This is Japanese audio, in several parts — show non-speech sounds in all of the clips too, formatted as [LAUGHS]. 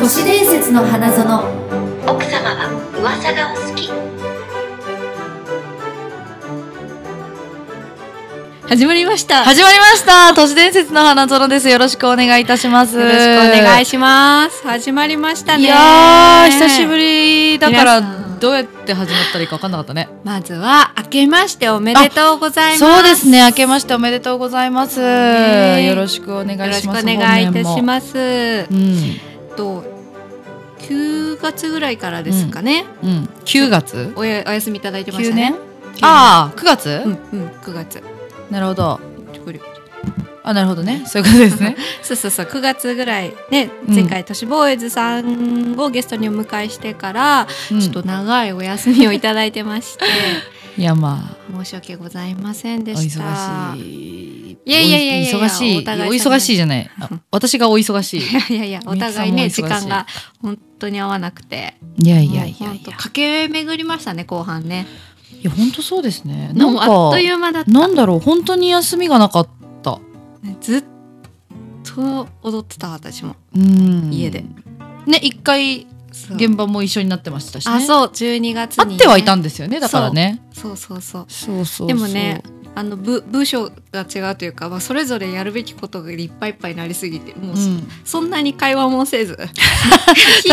都市伝説の花園奥様は噂がお好き始まりました。よ始まりました都市伝説の花園ですよろしくお願いいたしますろしくお願いしします。始まりましたね。いやー久しぶ。りだか皆さらんどうやって始まったらいいか分かんなかったねまずは明けましておめでとうございます。そうですね明けましておめでとうございますねえよろしくお願いしよまろしすくお願いいたしすますう。んと9月ぐらいからですかね。うん9月おやお休みいただいてましたね。ああ9月、うんうん9月。なるほどあなるほどねそういうことですねそうそうそう9月ぐらいねうん前回都市ボーイズさんをゲストにお迎えしてから、うん [LAUGHS] ちょっと長いお休みをいただいてま [LAUGHS] していやまあ申し訳ございませんおでした。忙しいいやいやいやいやお忙しいお互いお様忙しいじゃないあ私がお忙しいいやいやいや、お互いね、みゆき時さんも忙しい間が本当に合わなくて。いやいやいもやうい本当や駆け巡りましたね、後半ね。いや本当そうですねなもんうかあっという間だった。なんだろう本当に休みがなかったずっと踊ってた、私も。うん家でね一回そう現場も一緒になってましたしねあ、そう、12月会に、ってはいたんですよねだからねそうそうそう。そうそうそうでもね、あの部部署が違うというか、まあ、それぞれやるべきことがいっぱいいっぱいになりすぎてもう、うんそんなに会話もせ [LAUGHS] ず確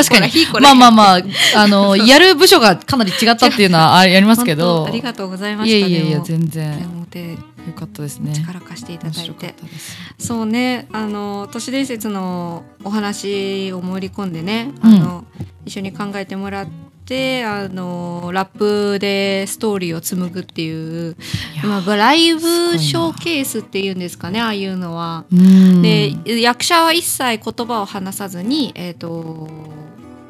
かにひいこらまあまああまああ [LAUGHS] のやる部署がかなり違ったっていうのはあやりますけどありがとうございまいしやたいやいやで全も然でも手よかったですね力貸していた面だい白かてったですそうねあの都市伝説のお話を盛り込んでね、うんあの一緒に考えてもらってあのラップでストーリーを紡ぐっていういやまあ、ラすイごいブなショーケースっていうんですかねああいうのは。うんで役者は一切言葉を話さずに、えー、と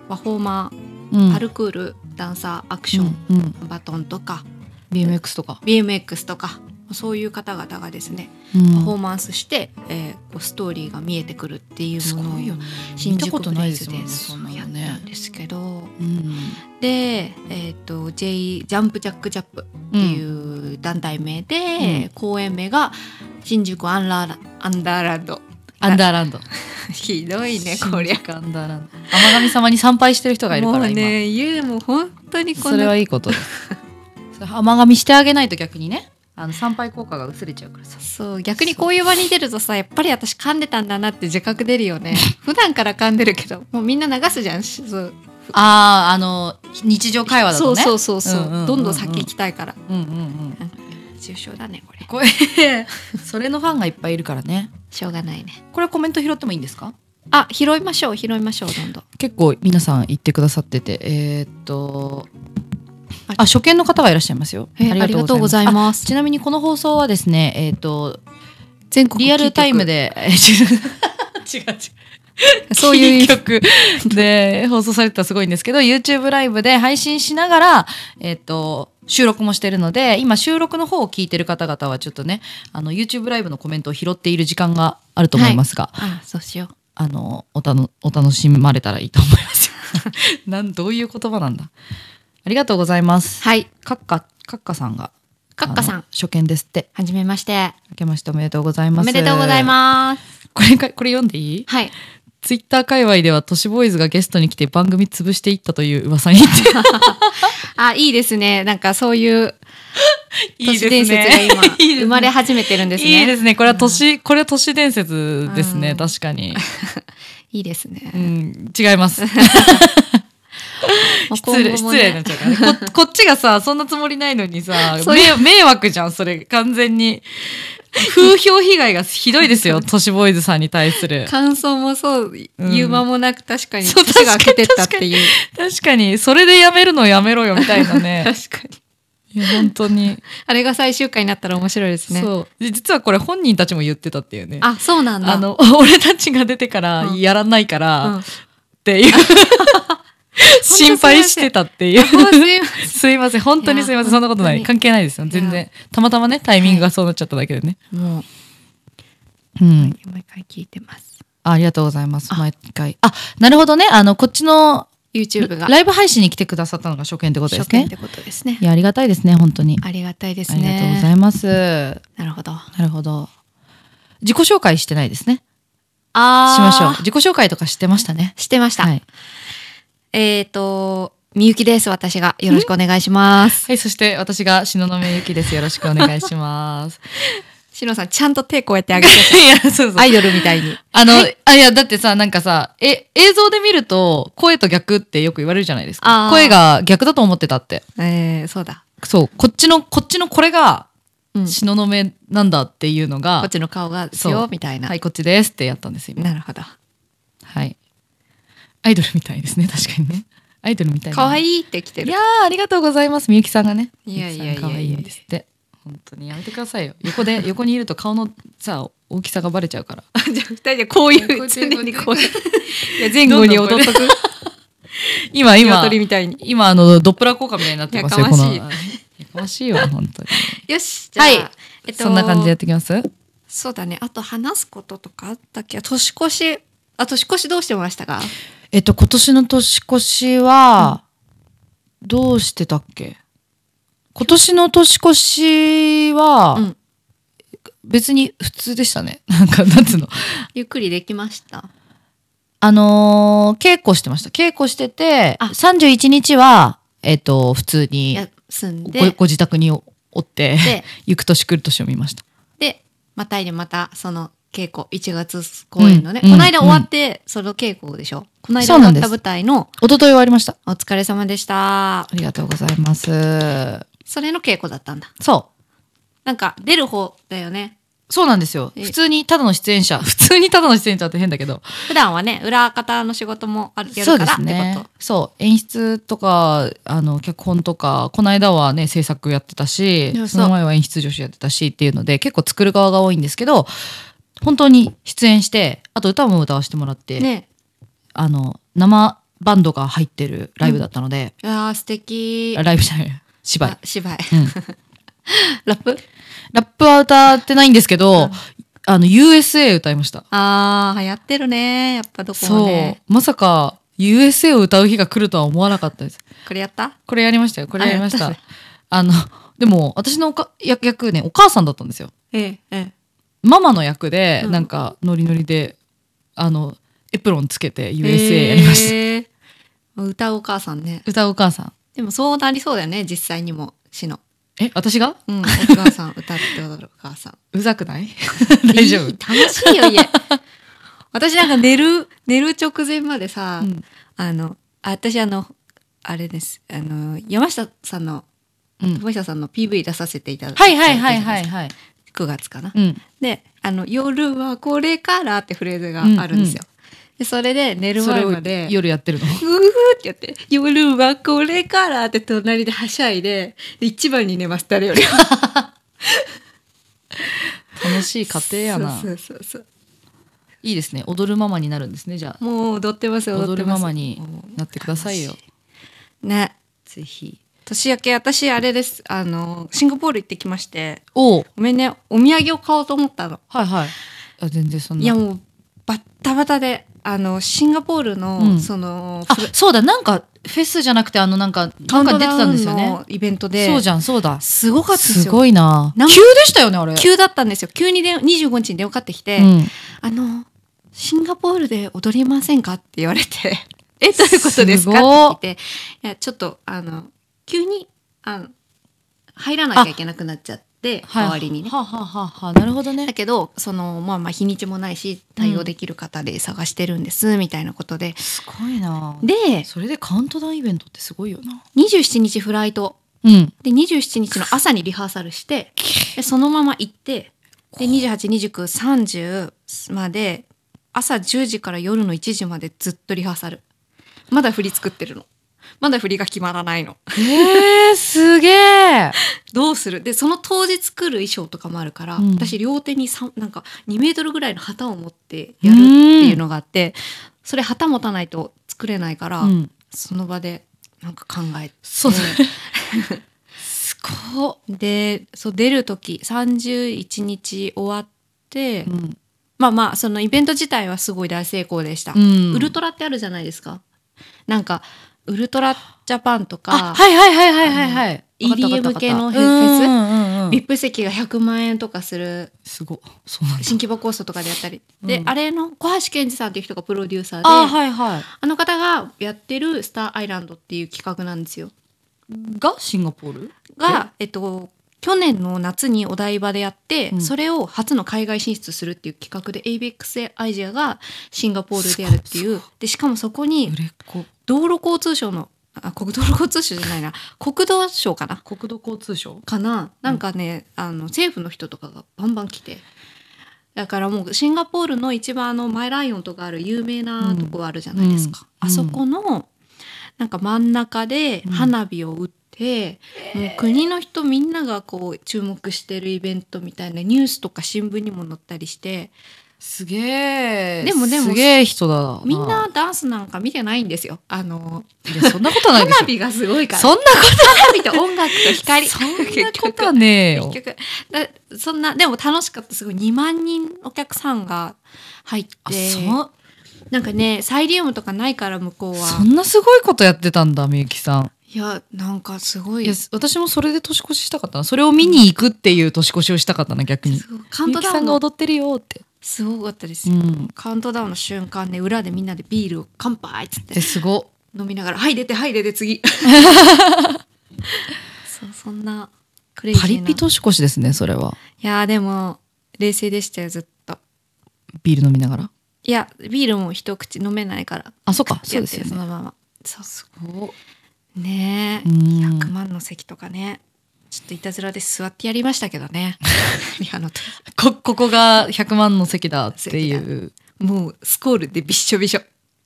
パフォーマうんーパルクール、ダンサーアクション、うんうんバトンとか BMX とか BMX とかそういう方々がですねうんパフォーマンスして、えーこうストーリーが見えてくるっていうすものをごいよね新見た宿ことブないレイでズすでもんねそそんうなやっのたねんですけど、うんで、えー、と J ジャンプジャックジャップっていう団体名で、うん公演名が新宿アンラーラアンダーランド [LAUGHS] アンダーランドひどいねこり新。ゃ宿アンダーランド天神様に参拝してる人がいるからもう今、ねゆうも本当にこそれのはいいことですそれ天神してあげないと逆にねあの参拝効果が薄れちゃうからさそう逆にこういう場に出るとさやっぱり私噛んでたんだなって自覚出るよね普段から噛んでるけどもうみんな流すじゃんしそうあーあの日常会話だそとうねそうそうそう,、うんうんうんうんどんどん先行きたいからうんうんうん重症だねこれこれそれのファンがいっぱいいるからねしょうがないねこれコメント拾ってもいいんですかあ拾いましょう拾いましょうどんどん結構皆さん言ってくださっててえーっとあ初見の方がいらっしゃいますよ、えありがとうございまあすちなみにこの放送はですねえーっと全国リアルタイムでで [LAUGHS] えー違う違うそうキいーう曲で放送されてたらすごいんですけど YouTube ライブで配信しながら、えっと収録もしてるので今収録の方を聞いてる方々はちょっとねあの YouTube ライブのコメントを拾っている時間があると思いますが、あそうしようあのおたのお楽しまれたらいいと思います。 [LAUGHS] なんどういう言葉なんだありがとうございます。はいカッカカッカさんがカッカさあのん初見ですってはじめまして明けましておめでとうございおます。めでとうございますす。これかこれ読んでいい？はいツイッター界隈では都市ボーイズがゲストに来て番組潰していったという [LAUGHS] 噂に言ってあいいですねなんかそういう都市伝説が今 [LAUGHS] 生まれ始めてるんですね。いいですねこれは都市、これは都市伝説ですね、うん確かに、いいですね。うん、違います [LAUGHS] まあ失礼今後失もね礼になっちゃうからねここ [LAUGHS] っちがさそんなつもりないのにさそうい迷迷惑じゃんそれ完全に風評被害がひどい [LAUGHS] ですよ都市ボーイズさんに対する感想もそううん言う間もなく確かにそう年が明けてったっていう。確かにそれでやめるのやめろよみたいなね [LAUGHS] 確かいに。や本当に、あれが最終回になったら面白いですね。そうで実はこれ本人たちも言ってたっていうねあそうなんだ。あの、俺たちが出てからうんやらないから、うん、っあて [LAUGHS] いう、心配してたっていう。そうすいませすいません、本当にすいません、そんなことないい。や関係ないですよ、全い然。たまたまね、タイミングがそうなっちゃっただけでね。んもううん。毎回聞いてます。ありがとうございます、毎回。あ、なるほどね。あの、こっちの YouTube がライブ配信に来てくださったのが初見ってことで初す見っねて。ことですねい。や、ありがたいですね、本当に。ありがたいですありがとうごね。ざいます。ななるほど。るほど。自己紹介してないですね。あーしましょう。自己紹介とかしてましたね。してました。はい。えっ、と、みゆきです、私が。よろしくお願いします。はい、そして私が東雲ゆきです。よろしくお願いします。しのさん、ちゃんと手こうやってあげて。 [LAUGHS] いや、そうそう。 [LAUGHS] アイドルみたいに。あの、あ、いや、だってさ、なんかさ、え、映像で見ると、声と逆ってよく言われるじゃないですあか。ー声が逆だと思ってたって。えー、そうだ。そう、こっちの、こっちのこれが、うん。こ東雲なんだっていうのが、っちの顔がですそよう、みたいな。はい、こっちですってやったんですよ。今なるほど。はい。アイドルみたいですね、確かにね。アイドルみたいな。かわいいいって来ているや。ー、ありがとうございます、みゆきさんがね。いやいやいやいや可愛いんですって。本当にやめてくださいよ。横で、横にいると顔のさ、大きさがバレちゃうから。 [LAUGHS] じゃあ、二人でこういこうやう、って常にこう [LAUGHS] いう。いや、前後に踊っとく。今、今、鶏みたいに。今、あの、ドップラ効果みたいになってますよ、やかましいこの。やかましいよ、本当に。よし、じゃあ、はい。そんな感じでやってきますそうだね。あと話すこととかあったっけ年越し、あ、年越しどうしてましたかえっと、今年の年越しは、どうしてたっけ今年の年越しは、うん別に普通でしたね。 [LAUGHS] なんか、なんつうの。ゆっくりできました。あのー稽古してました。稽古してて、あ31日は、えっと、普通に休んご、で、ご自宅におおってで、 [LAUGHS] 行く年来る年を見ました。で、またいでまた、その稽古、1月公演のね、うんこの間終わって、その稽古でしょこの間そう終わなんっですた舞台の、一昨日はありました。お疲れ様でしたあ。りがとうございます。それの稽古だったんだ。そう。なんか、出る方だよね。そうなんですよ。え普通にただの出演者。普通にただの出演者って変だけど。普段はね、裏方の仕事もあるやそうるかでらっすてねこ。そう。演出とか、あの、脚本とか、この間はね、制作やってたしいや、そうその前は演出女子やってたしっていうので、結構作る側が多いんですけど、本当に出演して、あと歌も歌わせてもらって、と。ね。あの、生バンドが入ってるライブだったので、ああ、素敵。ライブじゃない、芝居 [LAUGHS] あ。芝居。うん [LAUGHS] ラップラップは歌ってないんですけど、あの、USA 歌いました。ああ、流行ってるね。やっぱどこもそね。う。まさか、USA を歌う日が来るとは思わなかったです。これやったこれやりましたよ。これやりましあたやっ。あの、でも、私のおか役役ね、お母さんだったんですよ。ええ、ええ。ママの役で、うんなんか、ノリノリで、あの、エプロンつけて USA やりました。へえ歌うお母さんね。歌うお母さん。でもそうなりそうだよね、実際にも、しの。え、私がうん、お母さん、歌って踊るお母さん。うざくない [LAUGHS] [LAUGHS] 大丈い夫い楽しいよ、家。 [LAUGHS] 私なんか寝る、寝る直前までさ、うんあの、あ私あの、あれです、あの、山下さんの、うん山下さんの PV 出させていただいて、はいはいはいはいはい。 9月かな。うん。で、あの、夜はこれからってフレーズがあるんですよ。でそれで寝るそれ前をまで、夜やってるの。うふーってやって、夜はこれからって隣ではしゃいで、で一番に寝ます、誰よりも。楽し [LAUGHS] い家庭やなそ。うそうそういいですね。踊るママになるんですね、じゃあそう。。もう踊ってます、踊踊ってるまマす。マになってくださいよ楽。ね。ぜひ。年明け、私、あれです。あの、シンガポール行ってきまして、おうごめんね、お土産を買おうと思ったの。はいはい。あ、全然そんな。いや、もう、バッタバタで、あの、シンガポールの、うんその、あ、そうだ、なんか、フェスじゃなくて、あの、なんか、カなウんかント出てダたウんですンよねの。イベントで、そうじゃん、そうだ。すごかったですよ。すごいな。なん急でしたよね、あれ。急だったんですよ。急にで25日に電話かかってきて、うん。あの、シンガポールで踊りませんかって言われて、 [LAUGHS] え、どういうことですすごかっって聞いて、いや、ちょっと、あの、急に、あの、入らなきゃいけなくなっちゃって、代わりにね。はあはあはあはあなるほどだね。けど、その、まあまあ、日にちもないし、対応できる方で探してるんです、みたいなことで。すごいな。で、それでカウントダウンイベントってすごいよな。 27日フライト。うん。で、27日の朝にリハーサルして、でそのまま行って、で、28、29、30まで、朝10時から夜の1時までずっとリハーサル。まだ振り作ってるの。まだ振りが決まらないの。えー、すげえ。どうするで、その当日来る衣装とかもあるから、うん私両手にさんなんか2メートルぐらいの旗を持ってやるっていうのがあって、それ旗持たないと作れないから、うん。その場でなんか考えて。そうだね。すごでそう出る時31日終わっい。て、うん。まあまあそのイベント自体はすごい大成功でした、うんウルトラってあるじゃないですかなんかウルトラジャパンとあか、はいはいはいはいはいはい EDM 系のフェスビップ席が100万円とかするすごいそうなんだ新規模構想とかでやったり、うでんあれの小橋健二さんっていう人がプロデューサーであはいはいあの方がやってる「スターアイランド」っていう企画なんですよ。がシンガポールが、えっと、去年の夏にお台場でやって、うんそれを初の海外進出するっていう企画で ABEX アイジアがシンガポールでやるっていうでしかもそこに売れっ子道路交通省のあ国道路交通省じゃないな国道省かな国土交通省かななんかね、あの政府の人とかがバンバン来てだからもうシンガポールの一番あのマイライオンとかある有名なとこあるじゃないですか、うんあそこのなんか真ん中で花火を打って、もう国の人みんながこう注目してるイベントみたいなニュースとか新聞にも載ったりしてすげえでもでもすげえ人だみんなダンスなんか見てないんですよ。あのいやそんなことは [LAUGHS] ないでし花ょ火がすごいからそんなこと [LAUGHS] 花火と音楽と光そんなことはねえよ結局だそんなでも楽しかったすごい2万人お客さんが入っあてそなんかねサイリウムとかないから向こうそはんなすごいことやってたんだみゆきさんいやなんかすごいいや私もそれで年越ししたかったなそれを見に行くっていう年越しをしたかったな逆にすごいカウみンゆトきダさウンんがの踊ってるよってすごかったです、うんカウントダウンの瞬間で裏でみんなでビールを乾杯っつってですご飲みながら「はい出てはい出 [LAUGHS] て次」そうそんなクレイジーパなリピ年越しですねそれはいやーでも冷静でしたよずっとビール飲みながらいやビールも一口飲めないからあそっかそうですやよってそねのままそうすねえ、うん100万の席とかねちょっといたずらで座ってやりましたけど [LAUGHS] ねリハの時こここが100万の席だっていうもうスコールでびっしょびしょ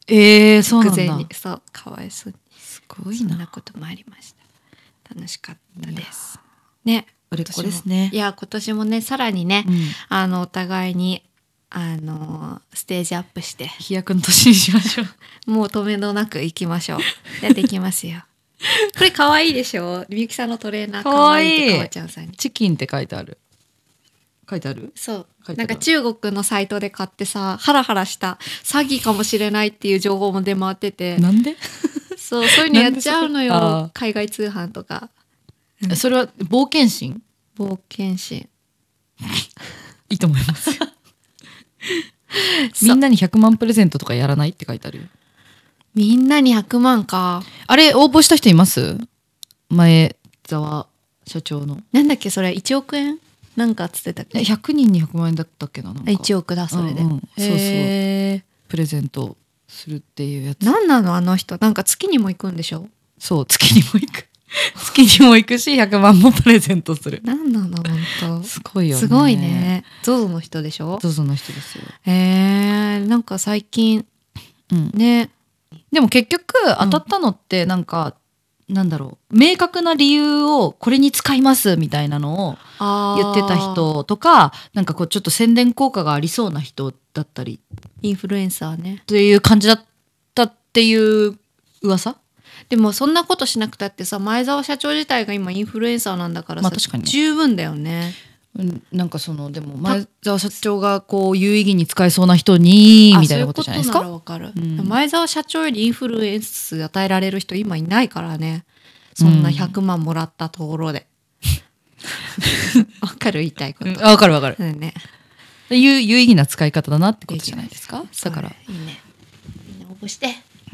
えー、そうな偶ん然だにそうかわいそうにすごいそなんなこともありました楽しかったですね売れっ子ですね今年もいや今年もねさらにね、うんあのお互いにあのステージアップして飛躍の年にしましょうもう止めのなく行きましょう。 [LAUGHS] やっていきますよ。これ可愛いでしょみゆきさんのトレーナー可愛いっ可て愛いかわちゃんさんに。 [LAUGHS] チキンって書いてある書いてあるそう書いてなあるんか中国のサイトで買ってさハラハラした詐欺かもしれないっていう情報も出回って [LAUGHS] てなんでそうそういうのやっちゃうなのんでそよう海外通販とかそれは冒険心冒険心いいと思います [LAUGHS] みみんんななに100万プレゼントとかやらないって書いてあるよみんなに100万かあれ応募した人います前澤社長のなんだっけそれ1億円なんかつってたっえけ100人に100万円だったっけななんか1億だそれで、うんうんそうそうへプレゼントするっていうやつーなんなのあの人なんか月にも行くんでしょそう月にも行く [LAUGHS] 月にも行くし100万もプレゼントするなんなの本当すごいよねすごいね。ゾゾの人でしょ。 ZOZO の人ですよ、えー、なんか最近うん、ね、でも結局当たったのってなんか、なんだろう明確な理由をこれに使いますみたいなのを言言ってた。人とかなんかこうちょっと宣伝効果がありそうな人だったりインフルエンサーね。という感じだったっていう噂でもそんなことしなくたってさ、前澤社長自体が今インフルエンサーなんだからさ、まあ確かにね十分だよね。うんなんかそのでも前澤社長がこう有意義に使えそうな人にみたいなことじゃないですあかそういうことならわかうる。ん前澤社長よりインフルエンス与えられる人今いないからね。そんな100万もらったとこ [LAUGHS] ろで。わ、かる言いたいこと。うんあわかるわかるそうだよね。有有意義な使い方だなってことじゃないですかだから、そういいね。みんな応募して、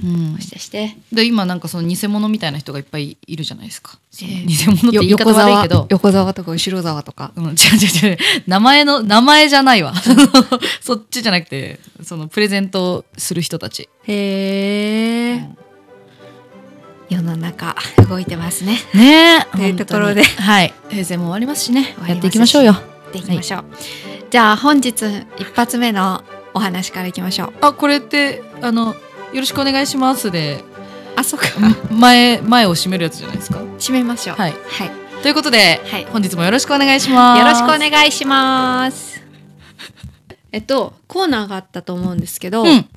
うん応募、してして。で今なんかその偽物みたいな人がいっぱいいるじゃないですか、そのええ偽物って言い方よ悪いけど横沢とか後ろ沢とかうん、違う違う違う名前の名前じゃないわその [LAUGHS] そっちじゃなくてそのプレゼントをする人たちへえ、うん世の中動いてますねねえというところで本当にはい平成も終わりますしね終わりますしやっていきましょうよやっていきましょう、じゃあ本日一発目のお話からいきましょうあこれってあのよろしくお願いしますであそっか前前を締めるやつじゃないですか締めましょうはいはい、ということで、はい本日もよろしくお願いしますよろしくお願いしますえっとコーナーがあったと思うんですけど、うん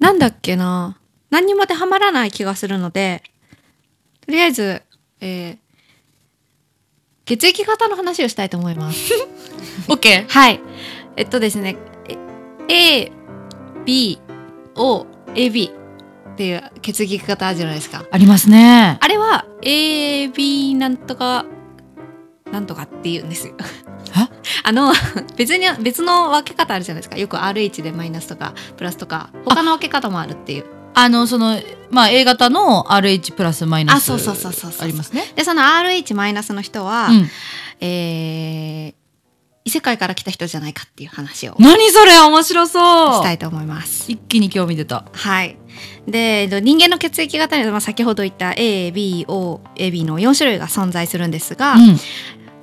なんだっけな何にも当てはまらない気がするのでとりあえず、えー血液型の話をしたいと思います OK はいえっとですねえ A B O A B っていう血液型あるじゃないですかありますね。あれは AB なんとかなんとかって言うんですよ [LAUGHS] え。あの別に別の分け方あるじゃないですかよく RH でマイナスとかプラスとか他の分け方もあるっていうあの、その、まあ、A 型の RH プラスマイナス。あそうそうそうそうそうありますね。でその RH マイナスの人は、うん。えー異世界から来た人じゃないかっていう話を何それ面白そしうたいと思います。一気に興味出た。はい、でえっと人間の血液型には、まあ、先ほど言った ABOAB の4種類が存在するんですが、うん。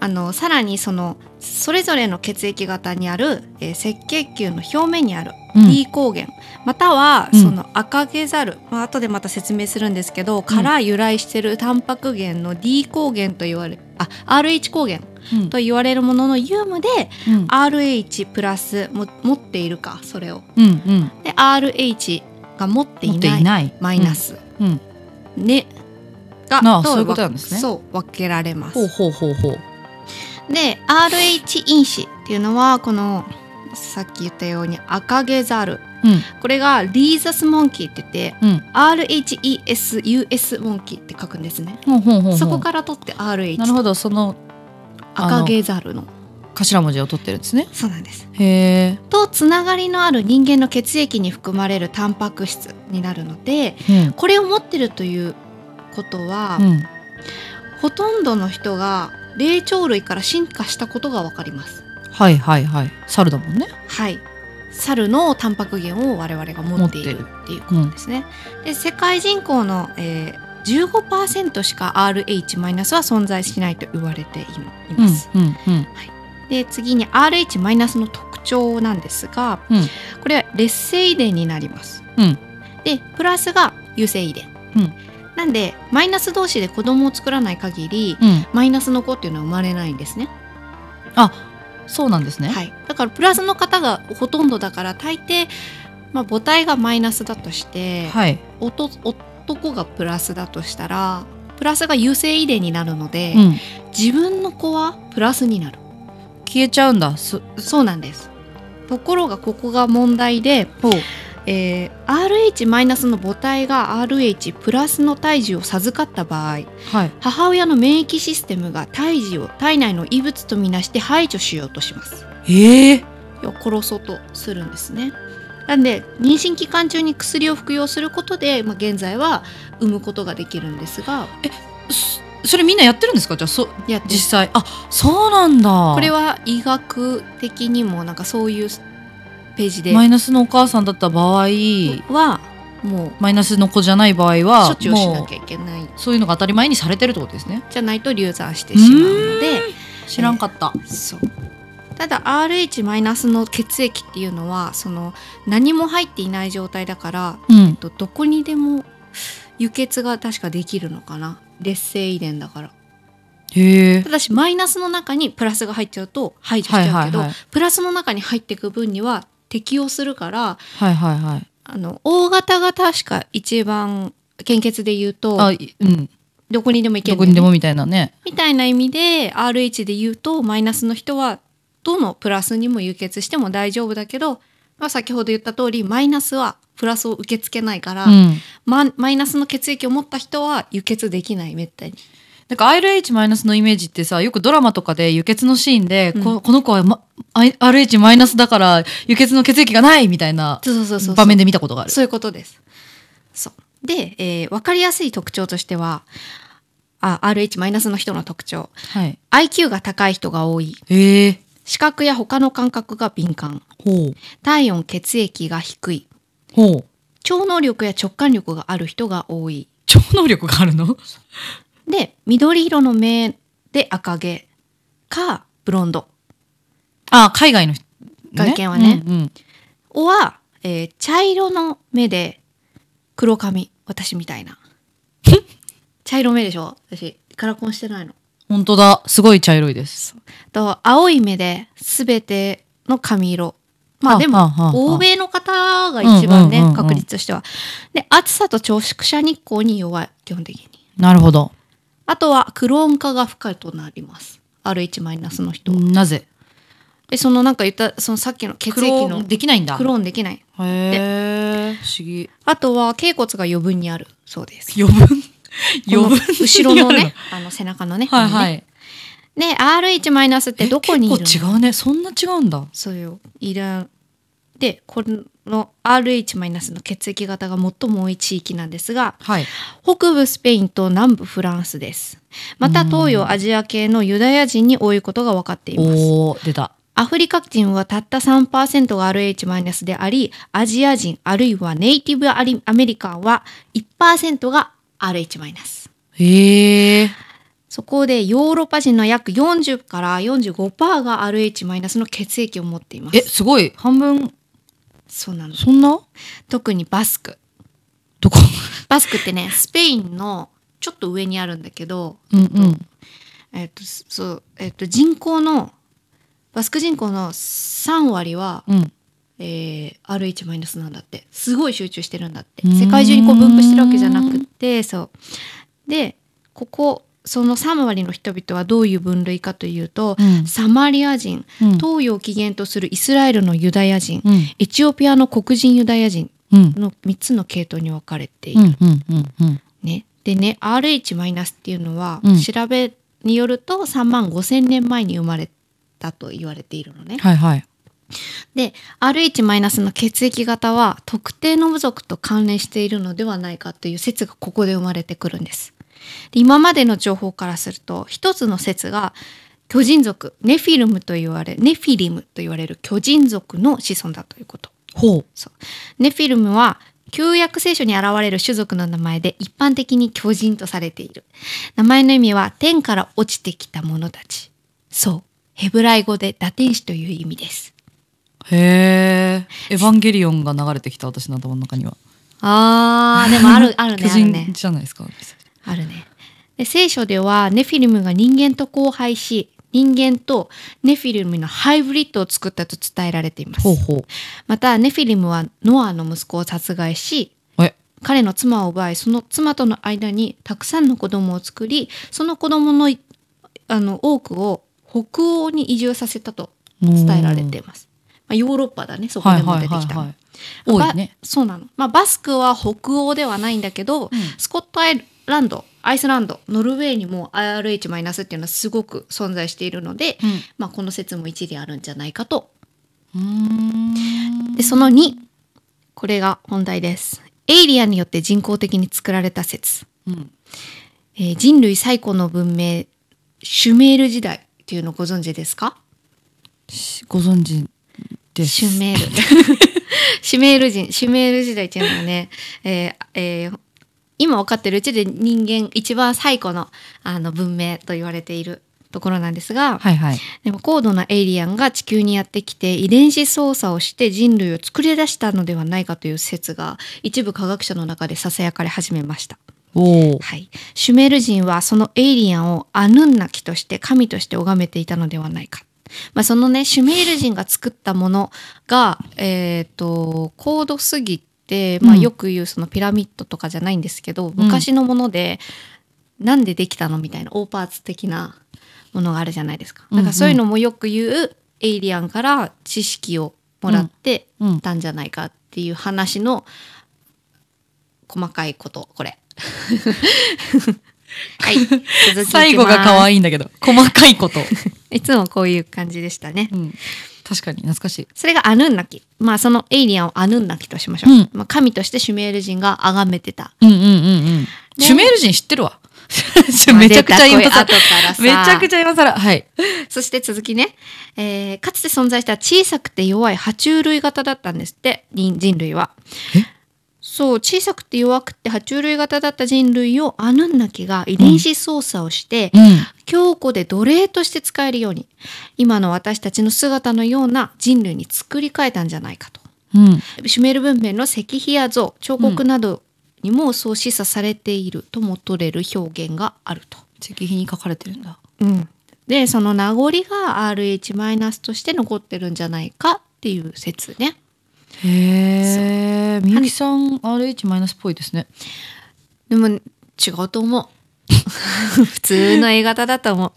あのさらにそのそれぞれの血液型にある、えー赤血球の表面にあるうん D 抗原、またはうんその赤毛猿、まあ後でまた説明するんですけど、から由来してるタンパク源の D 抗原と言われあ RH 抗原うんと言われるものの有無でうん。 RH プラスも持っているかそれをうん。うん。で RH が持っていな持いっていない。マイナ。ス、うんねがなあとそういうことなんですねそう分けられますほうほうほうほう。で RH 因子っていうのはこのさっき言ったように赤毛ザルうん。これがリーザスモンキーって言ってうん。 RHESUS モンキーって書くんですねほうほうほうほう。そこから取って RH なるほど、その赤毛ザルの頭文字を取ってるんですね。そうなんですへえ。とつながりのある人間の血液に含まれるタンパク質になるのでうん。これを持ってるということは、うん。ほとんどの人が霊長類から進化したことがわかりますはいはいはい。猿だもんね。はい猿のタンパク源を我々が持ってい持るっていうこうとん。ですね。で世界人口の、えー、15%しか RH マイナスは存在しないと言われていいうまんす。うんうんで次に RH マイナスの特徴なんですが、うんこれは劣勢遺伝になります。うんでプラスが優勢遺伝。うんなんでマイナス同士で子供を作らない限りうん。マイナスの子っていうのは生まれないんですね。そうなんですね。はい、だからプラスの方がほとんどだから大抵、まあ、母体がマイナスだとして、はい。おと男がプラスだとしたらプラスが優勢遺伝になるので、うん。自分の子はプラスになる消えちゃうんだ。す。そうなんですところがここが問題で、ほう。えー RH マイナスの母体が RH プラスの胎児を授かった場合はい。母親の免疫システムが胎児を体内の異物とみなして排除しようとしますええ。要は殺そうとするんですね。なんで妊娠期間中に薬を服用することで、まあ、現在は産むことができるんですがそそれみんなやってるんですか。じゃあ、そ、いや実実際。あ、そうなんだ。ここれは医学的にもなんかそういうページでマイナスのお母さんだった場合、はもうマイナスの子じゃない場合処は、置をしなもきゃいけないうそういうのが当たり前にされてるってことですね。じゃないと流産してしまうので知らんかった。そうただ RH マイナスの血液っていうのはその何も入っていない状態だからうん。とどこにでも輸血が確かできるのかな劣勢遺伝だからへえた。だしマイナスの中にプラスが入っちゃうと排除しちはいゃうはいけど、はい。プラスの中に入っていく分には適用するからはいはいはい。あの O 型が確か一番献血で言うとあ、いうん。どこにでも行けどる、こにでもみたいなね。みたいな意味で RH で言うとマイナスの人はどのプラスにも輸血しても大丈夫だけど、まあ、先ほど言った通りマイナスはプラスを受け付けないから、うん。ママイナスの血液を持った人は輸血できないめったに。なんか RH マイナスのイメージってさ、よくドラマとかで輸血のシーンで、うんここの子は、ま、I- RH マイナスだから輸血の血液がないみたいなそうそうそうそう場面で見たことがある。そういうことです。そうで、えー分かりやすい特徴としてはあ RH マイナスの人の特徴はい。 IQ が高い人が多いええ視覚や他の感覚が敏感ほう。体温血液が低いほう。超能力や直感力がある人が多い超能力があるので緑色の目で赤毛かブロンドあ、海外の人、外見はねうん、うんおは、えー茶色の目で黒髪私みた [LAUGHS] いな茶色目でしょ私カラコンしてないの本当だ。すごい茶色いです。と青い目で全ての髪色まはあでもははは欧米の方が一番ね、うんうんうんうん確率としてはで暑さと直射日光に弱い基本的になるほど。あとはクローン化が深いとなります RH マイナスの人は、なぜでそのなんか言ったそのさっきの血ク液ローのンできないんだクローンできないへえ不思 [LAUGHS] 議あとは頸骨が余分にあるそうです余分余こ [LAUGHS] 分の後ろのにあるねあの背中のねはいはこいのねで R1 マイナスってどこにいるの結構違うねそんな違うんだそうよいらでこの RH マイナスの血液型が最も多い地域なんですがはい北部スペインと南部フランスですまた東洋アジア系のユダヤ人に多いことが分かっていますおお出たアフリカ人はたった3%が RH マイナスでありアジア人あるいはネイティブアリアメリカンは1%が RH マイナスへえそこでヨーロッパ人の約40から45%が RH マイナスの血液を持っていますえすごい半分そうなのそんな特にバスクどこバスクってねスペインのちょっと上にあるんだけど、うんうんえっとそうえっと、人口のバスク人口の3割は、うんえー RH マイナスなんだってすごい集中してるんだってうーん世界中にこう分布してるわけじゃなくてそうでここその3割の人々はどういう分類かというと、うんサマリア人、うん東洋を起源とするイスラエルのユダヤ人、うんエチオピアの黒人ユダヤ人うんの3つの系統に分かれているう。んうんうんうんね、でね RH マイナスっていうのは、うん調べによると3万5,000年前に生まれたと言われているのね。はいはいで RH マイナスの血液型は特定の部族と関連しているのではないかという説がここで生まれてくるんです。で今までの情報からすると一つの説が巨人族ネフィルムと言われネフィリムと言われる巨人族の子孫だということ。ほうそうネフィルムは旧約聖書に現れる種族の名前で一般的に巨人とされている名前の意味は天から落ちてきた者たちそうヘブライ語で堕天使という意味ですへえエヴァンゲリオンが流れてきた私の頭の中にはあーで [LAUGHS] もあるあるね巨あるね人じゃないですかあるねで聖書ではネフィルムが人間と交配し人間とネフィルムのハイブリッドを作ったと伝えられていますほうほまたネフィリムはノアの息子を殺害しうえ彼の妻を奪いその妻との間にたくさんの子供を作りその子供のいあの多くを北欧に移住させたと伝えられています。まあ、ヨーロッパだねそこはでいもはい出てはいきたのは。い多いねばそうなの、まあ、バスクは北欧ではないんだけど、スコットアイランドアイスランドノルウェーにも IRH マイナスっていうのはすごく存在しているので、うんまあ、この説も一理あるんじゃないかとうーんでその2これが本題ですエイリアンによって人工的に作られた説、うんえー人類最古の文明シュメール時代っていうのご存知ですかご存知ですシュメール [LAUGHS] シュメール人シュメール時代っていうのはね、えーえー今分かってるうちで人間一番最古のあの文明と言われているところなんですが、はいはいでも高度なエイリアンが地球にやってきて遺伝子操作をして人類を作り出したのではないかという説が一部科学者の中でささやかれ始めました。おおはい、シュメール人はそのエイリアンをアヌンナキとして神として拝めていたのではないか。まあ、そのねシュメール人が作ったものが、えー、と高度すぎて、まあ、うんよく言うそのピラミッドとかじゃないんですけど、ん昔のものでなんでできたのみたいな大パーツ的なものがあるじゃないですか。だからそういうのもよく言うエイリアンから知識をもらってうんうんたんじゃないかっていう話の細かいこと [LAUGHS] これ。はい、続きいきます最後が可愛いんだけど細かいこと、いつもこういう感じでしたね。うん、確かに懐かしいそれがアヌンナキ。まあそのエイリアンをアヌンナキとしましょう。うんまあ、神としてシュメール人が崇めてた。うんうんうんうんシュメール人知ってるわめちゃくちゃ今まあさ出たこれ後からさめちゃくちゃ今さらはいそして続きね、えーかつて存在した小さくて弱い爬虫類型だったんですって人人類は。そう小さくて弱くて爬虫類型だった人類をアヌンナキが遺伝子操作をして、うん強固で奴隷として使えるように今の私たちの姿のような人類に作り変えたんじゃないかと。うんシュメール文明の石碑や像彫刻などにもそう示唆されているとも取れる表現があると。石碑に書かれてるんだでその名残が RH マイナスとして残ってるんじゃないかっていう説ね。へえみゆきさん RH マイナスっぽいですねでも違 [LAUGHS] うと思う。普通の A 型だと思う。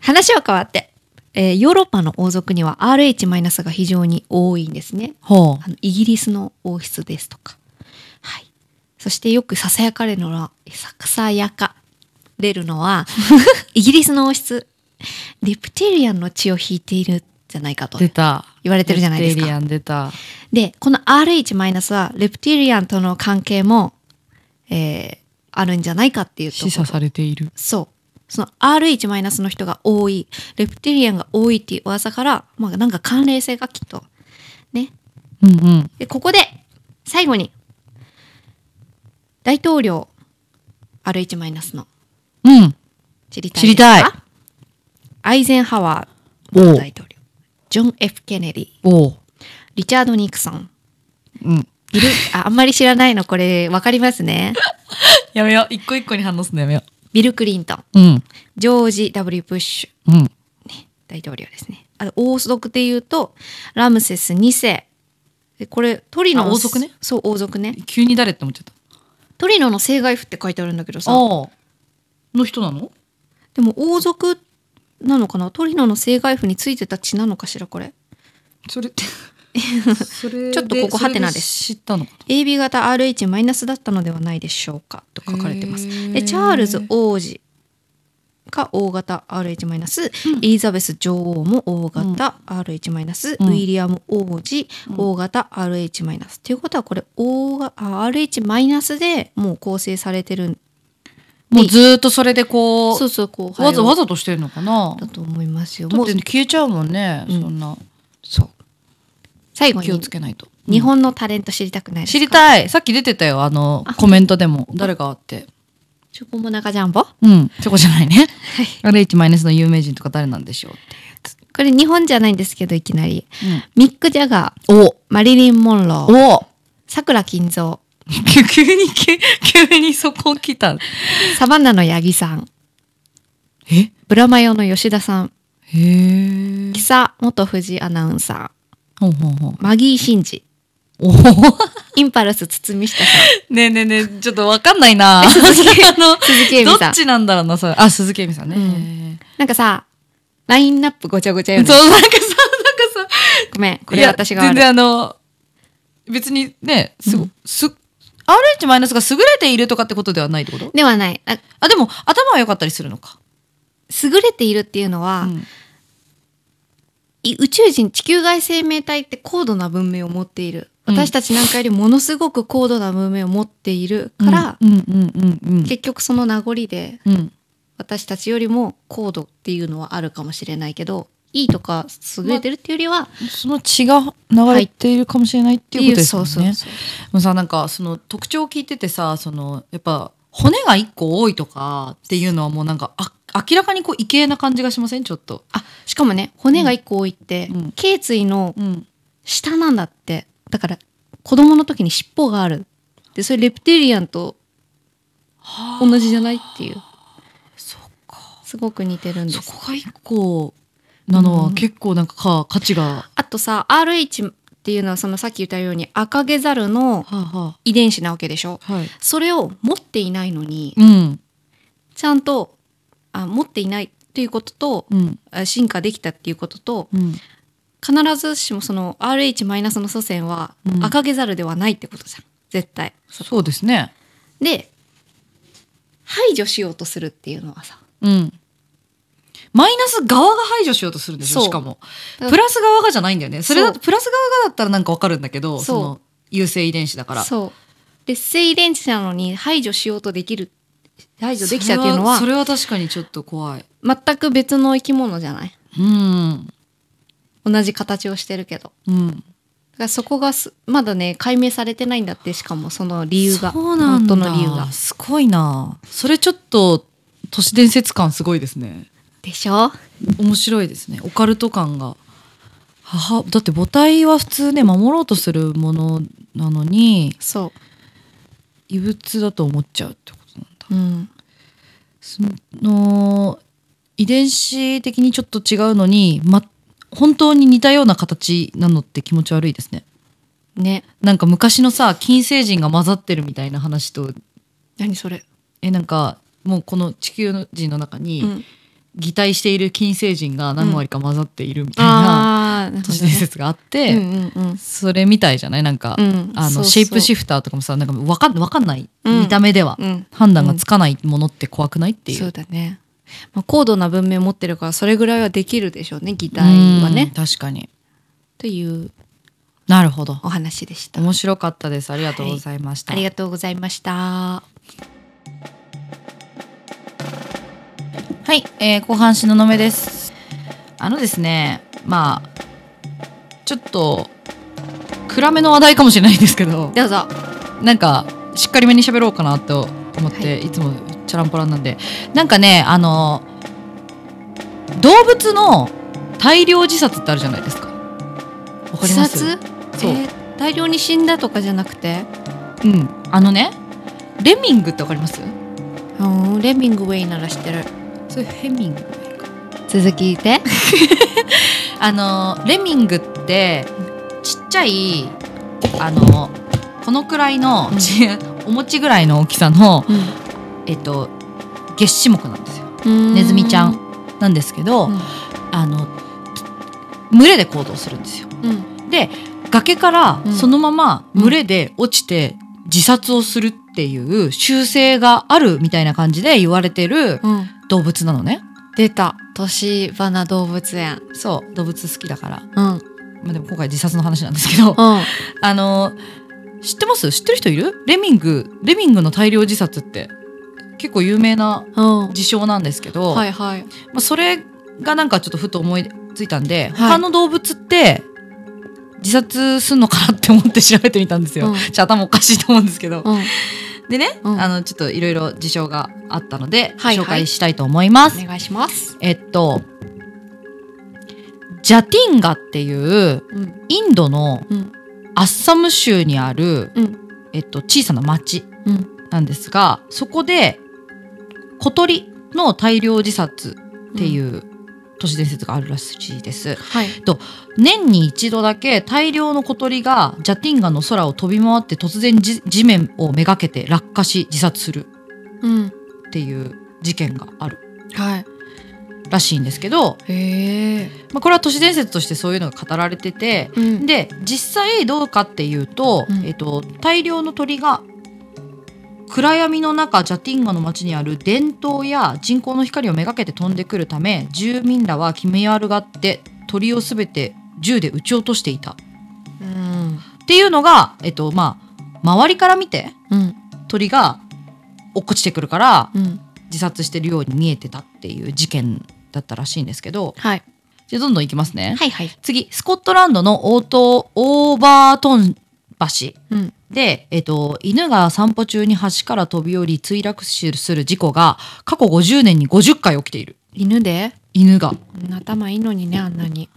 話は変わってえーヨーロッパの王族には RH- マイナスが非常に多いんですね。ほうあのイギリスの王室ですとか、はい、そしてよくささやかれるのはささやかれるの [LAUGHS] はイギリスの王室レプティリアンの血を引いているんじゃないかと出た言われてるじゃないですレプテリかア。ン出たでこの RH- マイナスはレプティリアンとの関係も、えーあるんじゃないかっていうとこ示唆されているそう。その RH- マイナスの人が多い、レプティリアンが多いっていう噂から、まあなんか関連性がきっと。ね。うんうんで、ここで、最後に、大統領、RH- マイナスの、うん知りたい知りたいですかアイゼンハワーお元う大統領、ジョン・ F ・ケネディ、おうリチャード・ニクソン、うんいる、ああんまり知らないの、これ、わかりますね。やめよう一個一個に反応すんのやめよビル・クリントン、ううんジョージ・ W ・ブッシュ、うん大統領ですね。あの王族で言うとラムセス2世でこれトリノのあ王族ねそう王族ね急に誰って思っちゃったトリノの生涯譜って書いてあるんだけどさああの人なのでも王族なのかなトリノの生涯譜についてた血なのかしらこれそ [LAUGHS] れってそれちょっとここハテナです知ったのか AB 型 RH マイナスだったのではないでしょうかと書かれてますへーでチャールズ王子が O 型 RH マイナス、エリザベス女王も O 型 RH マイナス、うんウィリアム王子 O 型 RH マイナス。ということはこれ O があ RH マイナスでもう構成されてるんもうずーっとそれでこうそうそうこうわざわざとしてるのかなだと思いますよ。だもっうて消えちゃうもんね、うんそんなそう最後気をにつけないと日本のタレント知りたくないですか知りたいさっき出てたよあのコメントでも誰かってチョコモナカジャンボうんそこじゃないね RH マイナスの有名人とか誰なんでしょうこれ日本じゃないんですけどいきなり、うんミック・ジャガーおマリリン・モンローおさくら金蔵 [LAUGHS] 急に急急にそこ来たサバンナの八木さんえブラマヨの吉田さんへえ木佐元藤アナウンサほんほんほんーマギー・シンジお [LAUGHS] おインパルス堤下さねえねえねえちょっとわかんないな鈴木あ [LAUGHS] のん鈴木恵美どさっんちなんだろうなそれあ鈴木恵美さんね、なんかさラインナップごちゃごちゃよねそうなんかさなんかさごめんこいれや私が悪全い然あの別にねすご、す RH マイナスが優れているとかってことではないってことではないああでも頭は良かったりするのか、優れているっていうのは、うんい宇宙人地球外生命体って高度な文明を持っているうん私たちなんかよりものすごく高度な文明を持っているから、うんうんうんうん結局その名残でうん私たちよりも高度っていうのはあるかもしれないけどいいとか優れてるっていうよりは、その血が流れているかもしれないっていうことですよね、そうそうそうでもさなんかその特徴を聞いててさそのやっぱ骨が一個多いとかっていうのはもうなんかあ明らかにこう異形な感じがしませんちょっと、あしかもね骨が1個多いって、うん頸椎のうん、下なんだってだから子供の時に尻尾があるでそれレプティリアンと同じじゃないっていうそっかすごく似てるんでそすこが一個なのは結構なんかか価値が、あとさ RH っていうのはそのさっき言ったように赤毛ザルのはあは遺伝子なわけでしょあはいそれを持っていないのにうんちゃんとあ持っていないっていうこととうんあ進化できたっていうこととうん必ずしもその RH マイナスの祖先はうん赤毛ザルではないってことじゃん絶対。そうですねで排除しようとするっていうのはさうんマイナス側が排除しようとするんですよそうしかもだからプラス側がじゃないんだよねそれだとそうプラス側がだったらなんかわかるんだけどそそうの優性遺伝子だからそう劣勢遺伝子なのに排除しようとできる排除できちゃうっていうのはそれはそれは確かにちょっと怖い全く別の生き物じゃないうん同じ形をしてるけどだかうんらそこがすまだね解明されてないんだってしかもその理由がそうなんだ本当の理由がすごいなそれちょっと都市伝説感すごいですねでしょ面白いですねオカルト感が母だって母体は普通ね守ろうとするものなのにそ異物だと思っちゃうってことなんだううんその遺伝子的にちょっと違うのに、ま、本当に似たような形なのって気持ち悪いですねねなんか昔のさ金星人が混ざってるみたいな話と何それえなんかもうこの地球人の中に、うん擬態している金星人が何割か混ざっているみたいな、ああ、なる都ほ市どね伝説があって、うんうんうん。それみたいじゃないなんか、うんあのそうそうシェイプシフターとかもさなんかわかんわかんない、うん見た目では、うん判断がつかないものって怖くないっていう。そうだね。まあ、高度な文明持ってるから、それぐらいはできるでしょうね、擬態はうんね。確かにというなるほどお話でした。面白かったですありがとうございました、ありがとうございました。はい、えー後半しののめです。あのですね、まあ、ちょっと、暗めの話題かもしれないんですけど、どうぞ。なんか、しっかりめに喋ろうかなと思って、い、つもチャランポランなんで、なんかね、あの、動物の大量自殺ってあるじゃないですか。わかります自殺そうえー大量に死んだとかじゃなくて、うん。あのね、レミングってわかりますうん、レミングウェイなら知ってる。それヘミング続きで。あのレミングってちっちゃいあのこのくらいの、うんちお餅ぐらいの大きさの、うんえっと、月種目なんですようんネズミちゃん。なんですけど、うんあの群れで行動するんですよ。うん。で崖からうんそのままうん群れで落ちて自殺をするっていう習性があるみたいな感じで言われてるうん。動物なのね。出た。年花動物園。そう動物好きだから、うん。うん。まあ、でも今回自殺の話なんですけ [LAUGHS] ど、あの知ってます知ってる人いるレミングレミングの大量自殺って結構有名なうん。事象なんですけど、はいはい。まあ、それがなんかちょっとふと思いついたんで、はい他の動物って自殺すんのかなって思って調べてみたんですよ。うんちょっと頭おかしいと思うんですけど、うん。でね、うんあのちょっといろいろ事象があったので、はいは紹い介したいと思います。お願いします。えっとジャティンガっていううん。インドのうん。アッサム州にあるうん。えっと、小さな町うんなんですが、そこで小鳥の大量自殺っていう都市伝説があるらしいです。はい。年に一度だけ大量の小鳥がジャティンガの空を飛び回って突然じ地面をめがけて落下し自殺するうん。っていう事件があるはい。らしいんですけど、へえ。まあ、これは都市伝説としてそういうのが語られてて、うん。で実際どうかっていうと,、うんえっと大量の鳥が暗闇の中ジャティンガの町にある電灯や人工の光をめがけて飛んでくるため住民らは決め悪がって鳥をすべて銃で撃ち落としていたっうん。ていうのが、えっとまあ、周りから見てうん。鳥が落っこちてくるからうん。自殺してるように見えてたっていう事件だったらしいんですけどはい。じゃあどんどんいきますね。はいはい。次スコットランドのオートオーバートン橋うん。で、えっと、犬が散歩中に橋から飛び降り墜落死する事故が過去50年に50回起きている犬で。犬がうん頭いいのにね、あんなに。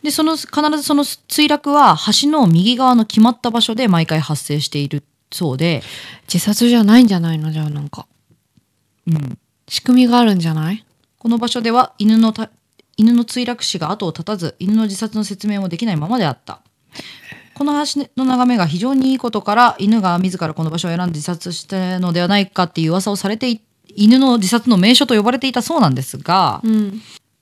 でその必ずその墜落は橋の右側の決まった場所で毎回発生しているそうで、自殺じゃないんじゃないのじゃあなんか。うん、仕組みがあるんじゃないこの場所では犬のた犬の墜落死が後を絶たず犬の自殺の説明もできないままであったこの橋の眺めが非常にいいことから犬が自らこの場所を選んで自殺したのではないかっていう噂をされてい犬の自殺の名所と呼ばれていたそうなんですが、うん。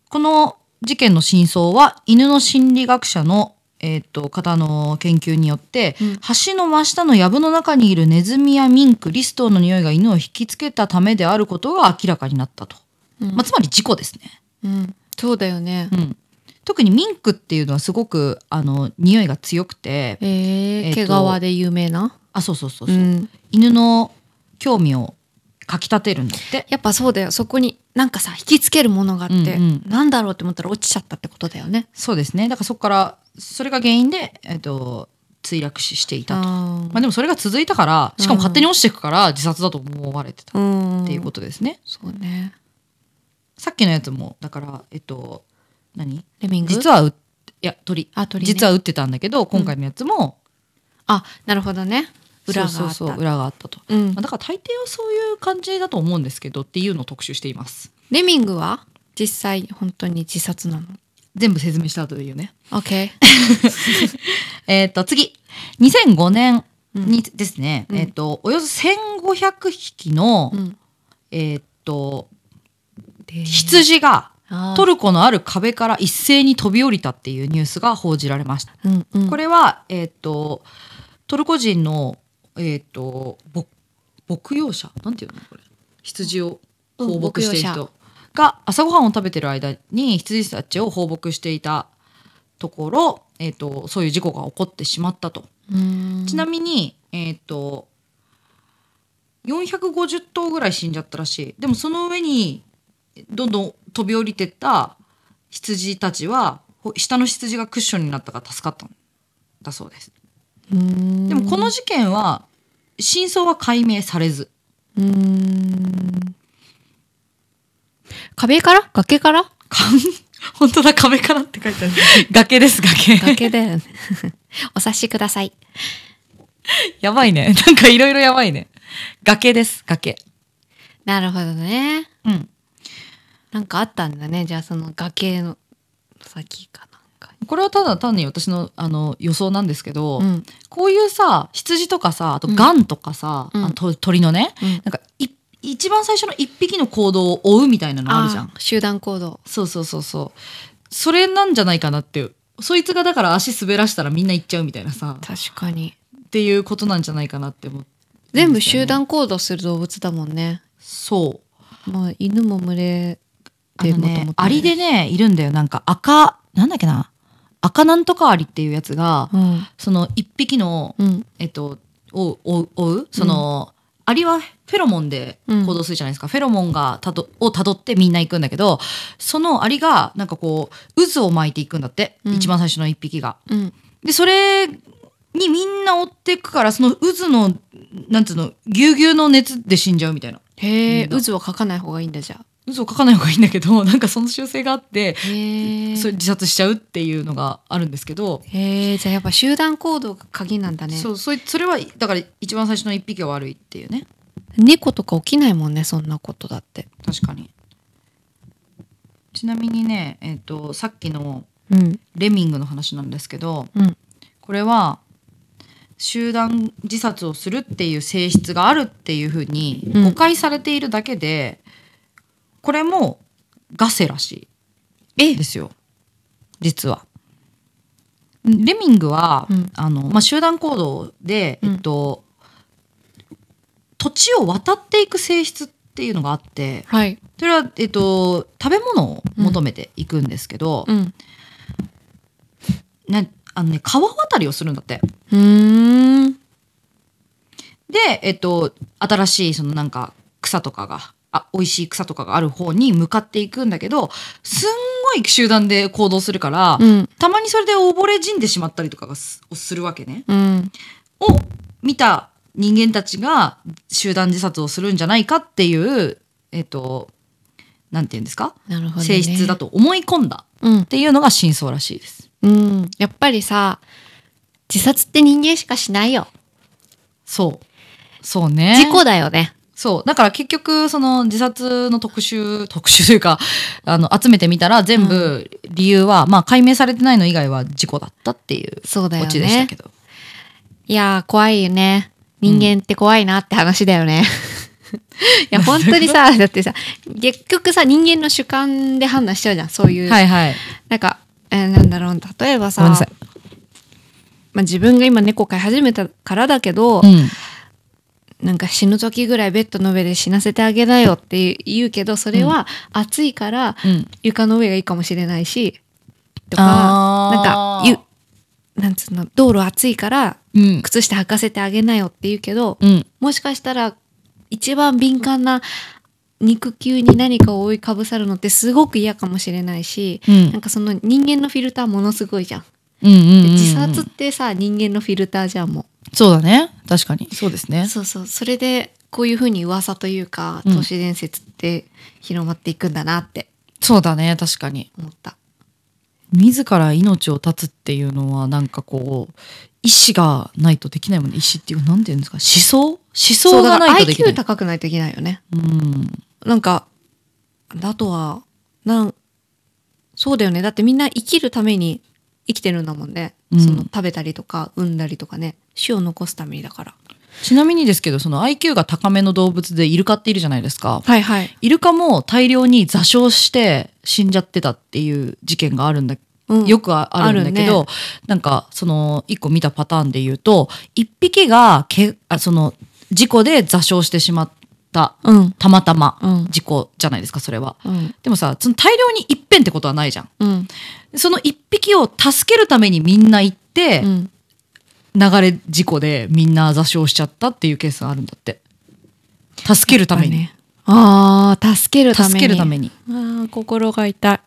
この事件の真相は犬の心理学者の、えー、と方の研究によって、うん橋の真下の藪の中にいるネズミやミンクリストーの匂いが犬を引きつけたためであることが明らかになったと、うんまあ、つまり事故ですね、うん。そうだよね。うん、特にミンクっていうのはすごくあの匂いが強くてえええー毛と皮で有名な。あそうそうそううそう、ん。犬の興味をかきたてるんだってやっぱそうだよ。そこになんかさ、引きつけるものがあって、うんうんなんだろうって思ったら落ちちゃったってことだよね。そうですねだからそこからそれが原因で、えー、と墜落死していたと。あまあ、でもそれが続いたからしかも勝手に落ちていくから自殺だと思われてたっうん。ていうことですね、そうね。さっきのやつもだからえっと何レミング。実はういや鳥あ、鳥、ね。実は。は撃ってたんだけど今回のやつもあ、なるほどね。裏があった。そうそうそう裏があったと、うんまあ、だから大抵はそういう感じだと思うんですけどっていうのを特集していますレミングは実際本当に自殺なの。全部説明した後で言うね OK。えっと次2005年にですね、うんえっとおよそ1500匹の、うん。えっとで羊があートルコのある壁から一斉に飛び降りたっていうニュースが報じられました。うんうん、これは、えー、とトルコ人の、えー、と牧牧羊者なんていうのこれ羊を放牧しているうん牧人が朝ごはんを食べてる間に羊たちを放牧していたところ、えー、とそういう事故が起こってしまったと。うんちなみに、えー、と450頭ぐらい死んじゃったらしいでもその上にどんどん飛び降りてった羊たちはほ下の羊がクッションになったから助かったんだそうですうんでもこの事件は真相は解明されずうん壁から崖からか [LAUGHS] 本当だ壁からって書いてある崖です崖崖だよね [LAUGHS] お察しくださいやばい [LAUGHS] ねなんかいろいろやばいね崖です崖なるほどねうんなんかあったんだねじゃあその崖の先かなんかこれはただ単に私のあの予想なんですけど、うんこういうさ羊とかさあとうんガンとかさ、うんあと鳥のねうんなんかい一番最初の一匹の行動を追うみたいなのあるじゃんー集団行動そうそうそうそうそれなんじゃないかなっていうそいつがだから足滑らしたらみんな行っちゃうみたいなさ確かにっていうことなんじゃないかなって思って、全部集団行動する動物だもんねそうまあ犬も群れあでのもともとねアリでねいるんだよなんか赤なんだっけな赤なんとかアリっていうやつが、うんその一匹のうんえっと、追う追う追うその、アリはフェロモンで行動するじゃないですか、フェロモンがたどをたどってみんな行くんだけどそのアリがなんかこう渦を巻いていくんだって、うん一番最初の一匹が。うんでそれにみんな追っていくからその渦のなんつうのぎゅうぎゅうの熱で死んじゃうみたいな。へえうん渦を書かない方がいいんだじゃあ渦を書かない方がいいんだけど [LAUGHS] なんかその習性があってへえそれ自殺しちゃうっていうのがあるんですけど、へえじゃあやっぱ集団行動が鍵なんだねそうそいそれはだから一番最初の一匹が悪いっていうね。猫とか起きないもんねそんなことだって確かにちなみにね、えっとさっきのうんレミングの話なんですけどうんこれは集団自殺をするっていう性質があるっていうふうにうん誤解されているだけで、これもガセらしいですよ実は。レミングは、うんあのまあ、集団行動で、うんえっと土地を渡っていく性質っていうのがあって、はいそれは、えっと、食べ物を求めていくんですけど、うんなあのね、川渡りをするんだって。うーんで、えっと、新しいそのなんか草とかが、あ美味しい草とかがある方に向かっていくんだけどすんごい集団で行動するから、うんたまにそれで溺れ死んでしまったりとかがすをするわけね。うんを見た人間たちが集団自殺をするんじゃないかっていう、えっと、なんて言うんですか、なるほどね性質だと思い込んだうんっていうのが真相らしいです。うんやっぱりさ自殺って人間しかしないよそう。そうね。事故だよねそう。だから結局、その自殺の特集、特集というか、あの、集めてみたら全部理由は、まあ解明されてないの以外は事故だったっていうそうだよオねチでしたけど。いやー怖いよね人間って怖いなって話だよね、 [LAUGHS] いや本当に [LAUGHS] さだってさ結局さ人間の主観で判断しちゃうじゃんそういう、はいはい。なんか、えーなんだろう例えごめんばさなさいまあ、自分が今猫飼い始めたからだけど、うん。なんか死ぬ時ぐらいベッドの上で死なせてあげなよって言うけどそれは暑いからうん。床の上がいいかもしれないしとかなんあかーゆなんつうの道路暑いからうん。靴下履かせてあげなよって言うけど、うん。もしかしたら一番敏感な肉球に何かを覆いかぶさるのってすごく嫌かもしれないし、うんなんかその人間のフィルターものすごいじゃん。うんうんうんでうん。自殺ってさ人間のフィルターじゃんもそうだね。確かに。そうですうね。そうそうそれでこういうふうに噂というかうん都市伝説って広まっていくんだなってそうだね。確かに。思った。自ら命を絶つっていうのは、なんかこう、意志がないとできないもんね。意志っていうか、なんていうんですか。思想思想だがからないとできない IQ。高くないといけないよね。うん。なんかあとはなんそうだよねだってみんな生きるために生きてるんだもんね、うんその食べたりとか産んだりとかね種を残すためにだからちなみにですけどその IQ が高めの動物でイルカっているじゃないですかはいはい。イルカも大量に座礁して死んじゃってたっていう事件があるんだ、うんよくああるんだけど、あるなんかその一個見たパターンで言うと一匹がけあその事故で座礁してしまったうん。たまたま、うん事故じゃないですかそれは。うん。でもさその大量に一遍ってことはないじゃん。うん。その一匹を助けるためにみんな行って、うん。流れ事故でみんな座礁しちゃったっていうケースがあるんだって。助けるために。ね。ああ、助けるために。助けるために。ああ、心が痛い。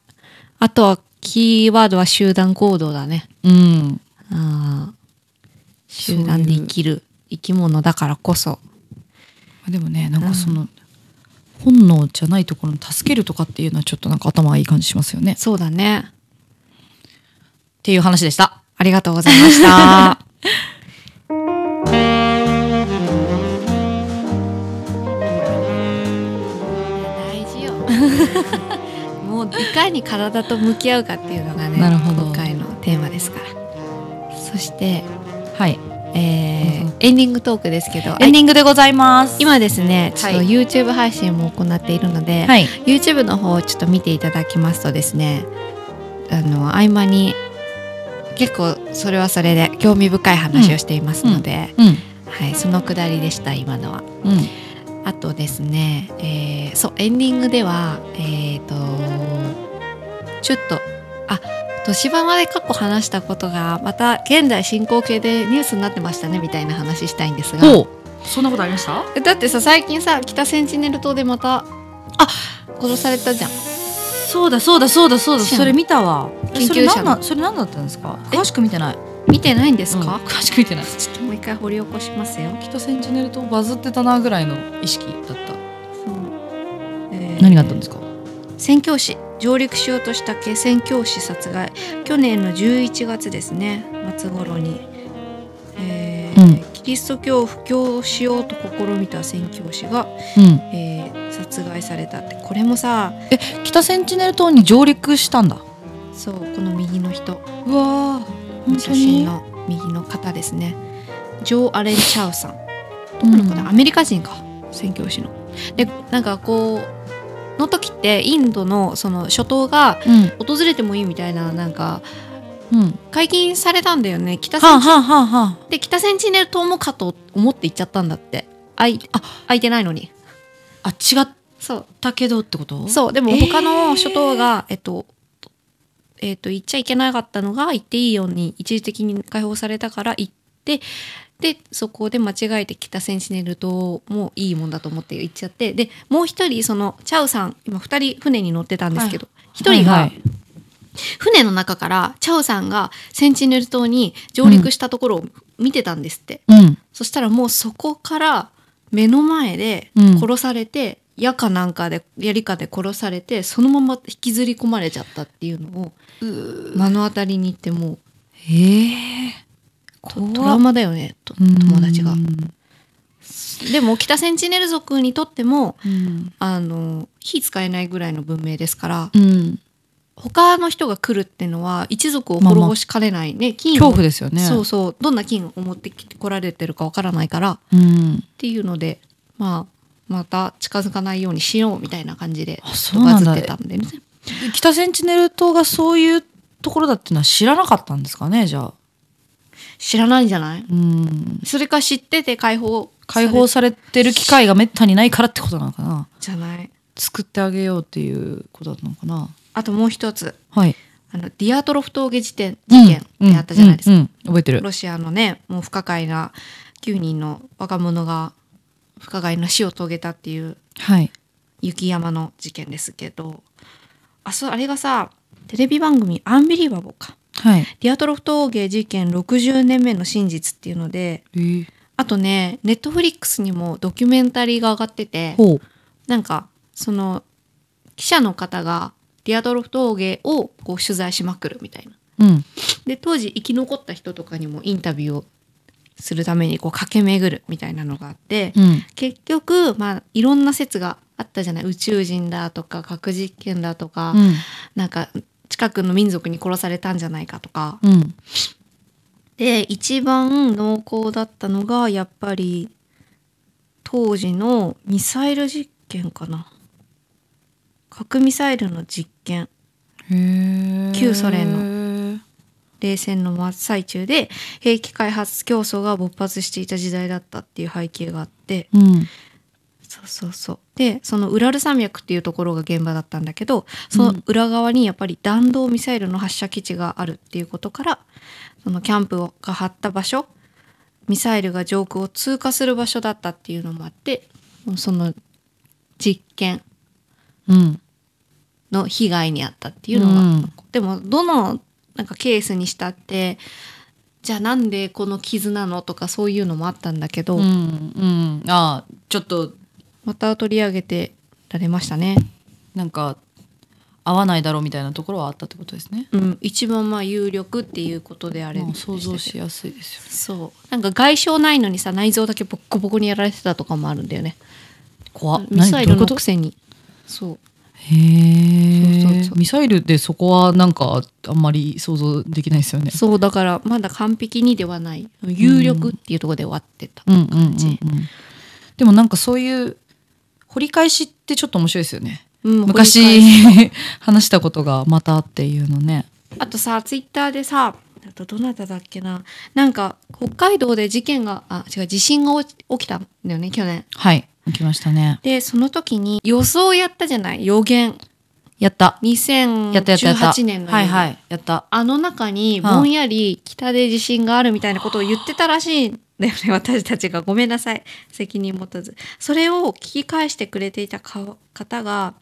あとは、キーワードは集団行動だね。うん。ああ。集団で生きる生き物だからこそ。でもねなんかその、本能じゃないところの助けるとかっていうのはちょっとなんか頭がいい感じしますよね。そうだね。っていう話でした。ありがとうございました。大 [LAUGHS] 事よ。もういかに体と向き合うかっていうのがね、なるほど今回のテーマですから。そして、 [LAUGHS] はい。えーどうエンディングトークですけど、エンディングでございます。今ですね、ちょっとはい YouTube 配信も行っているので、はい。 YouTube の方をちょっと見ていただきますとですねあの合間に結構それはそれで興味深い話をしていますので、うん。はい、そのくだりでした今のは。うん。あとですね、えーそうエンディングではえっ、とちょっとあ年場まで過去話したことがまた現在進行形でニュースになってましたねみたいな話したいんですがおそんなことありましたえだってさ最近さ北センチネル島でまたあ殺されたじゃんそうだそうだそうだそうだ。知らんそれ見たわ。緊急車のそれ何なんそれ何だったんですか詳しく見てない。見てないんですうんか、詳しく見てない。ちょっともう一回掘り起こしますよ。北センチネルとバズってたなぐらいの意識だった。えー何があったんですか宣教師上陸しようとした気宣教師殺害去年の11月ですね末頃に、えーうんキリスト教を布教しようと試みた宣教師が、うん。えー殺害されたってこれもさ北センチネル島に上陸したんだ。そうこの右の人うわ本当写真に。の右の方ですねジョー・アレン・チャウさんどこの子だ、アメリカ人か宣教師の。でなんかこうの時ってインドのその諸島がうん。訪れてもいいみたいななんかうん。解禁されたんだよね北はセあ、ンチはあはあはで北センチネル島もかと思って行っちゃったんだってあいあ空いてないのにあ、あ違っそたけどってことうそうでもえー他の諸島が、えっとえっと行っちゃいけなかったのが行っていいように一時的に解放されたから行ってでそこで間違えて北センチネル島もいいもんだと思って行っちゃってでもう一人そのチャウさん今二人船に乗ってたんですけど一、人が、はいはい船の中からチャオさんがセンチネル島に上陸したところを見てたんですって、うん。そしたらもうそこから目の前でうん殺されて、矢かなんかで槍かで殺されてそのまま引きずり込まれちゃったっていうのを目の当たりに行ってもうええトトラウマだよねと友達が。でも北センチネル族にとってもうん。あの火使えないぐらいの文明ですからうん。他の人が来るっていうのは一族を滅ぼしかねないね金を恐怖ですよね。そうそうどんな金を持ってきてこられてるかわからないからっうん。ていうのでまあまた近づかないようにしようみたいな感じであそうなんだバズってたんでね北センチネル島がそういうところだっていうのは知らなかったんですかね、じゃあ。知らないんじゃないうん。それか知ってて解放解放さされてる機会がめったにないからってことなのかな。れじゃない作ってあげようっていうことなのかな。あともう一つはい。あのディアトロフ峠事件事件ってあったじゃないですか、うんうんうん覚えてる。ロシアのねもう不可解な9人の若者が不可解な死を遂げたっていうはい。雪山の事件ですけどあそうあれがさテレビ番組「アンビリバボー」かはい。 「ディアトロフ峠事件60年目の真実」っていうのでえー、あとねネットフリックスにもドキュメンタリーが上がっててほう。なんかその記者の方がディアトロフ峠をこう取材しまくるみたいな。うん。で当時生き残った人とかにもインタビューをするためにこう駆け巡るみたいなのがあって、うん。結局、まあ、いろんな説があったじゃない宇宙人だとか核実験だとか、うん。なんか近くの民族に殺されたんじゃないかとかうん。で一番濃厚だったのがやっぱり当時のミサイル実験かな核ミサイルの実験旧ソ連の冷戦の真っ最中で兵器開発競争が勃発していた時代だったっていう背景があってうんそうそうそうでそのウラル山脈っていうところが現場だったんだけどその裏側にやっぱり弾道ミサイルの発射基地があるっていうことからそのキャンプが張った場所ミサイルが上空を通過する場所だったっていうのもあってその実験うんの被害に遭ったっていうのが、うんでもどのなんかケースにしたってじゃあなんでこの傷なのとかそういうのもあったんだけど、うんうんああちょっとまた取り上げてられましたね。なんか合わないだろうみたいなところはあったってことですね。うん、一番まあ有力っていうことであれまあでしたけど想像しやすいですよね。そうなんか外傷ないのにさ内臓だけボッコボコにやられてたとかもあるんだよね怖っミサイ何ルどういうこのとくせにそうへえそうそうそうミサイルでそこはなんかあんまり想像できないですよね。そうだからまだ完璧にではない有力っていうところで終わってたうんうんうんうん感じ、でもなんかそういう掘り返しってちょっと面白いですよね。うん昔 [LAUGHS] 話したことがまたっていうのね。あとさツイッターでさあとどなただっけななんか北海道で事件があ違う地震が起き起きたんだよね去年はい行きましたね。でその時に予想やったじゃない予言やったやったやったやった。 2018年の予言はいはいやった。あの中にはあぼんやり北で地震があるみたいなことを言ってたらしいんだよね [LAUGHS] 私たちがごめんなさい責任持たずそれを聞き返してくれていたか方が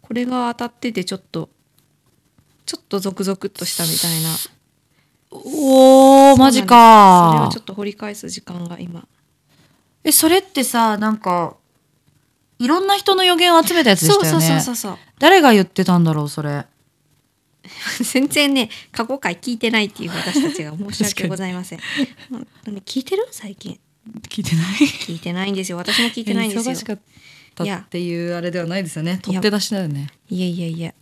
これが当たっててちょっとちょっとゾクゾクっとしたみたいなおおマジか。それをちょっと掘り返す時間が今えそれってさなんかいろんな人の予言を集めたやつでしたよねうそう誰が言ってたんだろうそれ全然ね過去回聞いてないっていう私たちが申し確か訳にござい [LAUGHS] ません本当に聞いてる最近聞いてない聞いてないんですよ私も聞いてないんですよ忙しかったっていうあれではないですよねい取やって出しだよねいやいやいや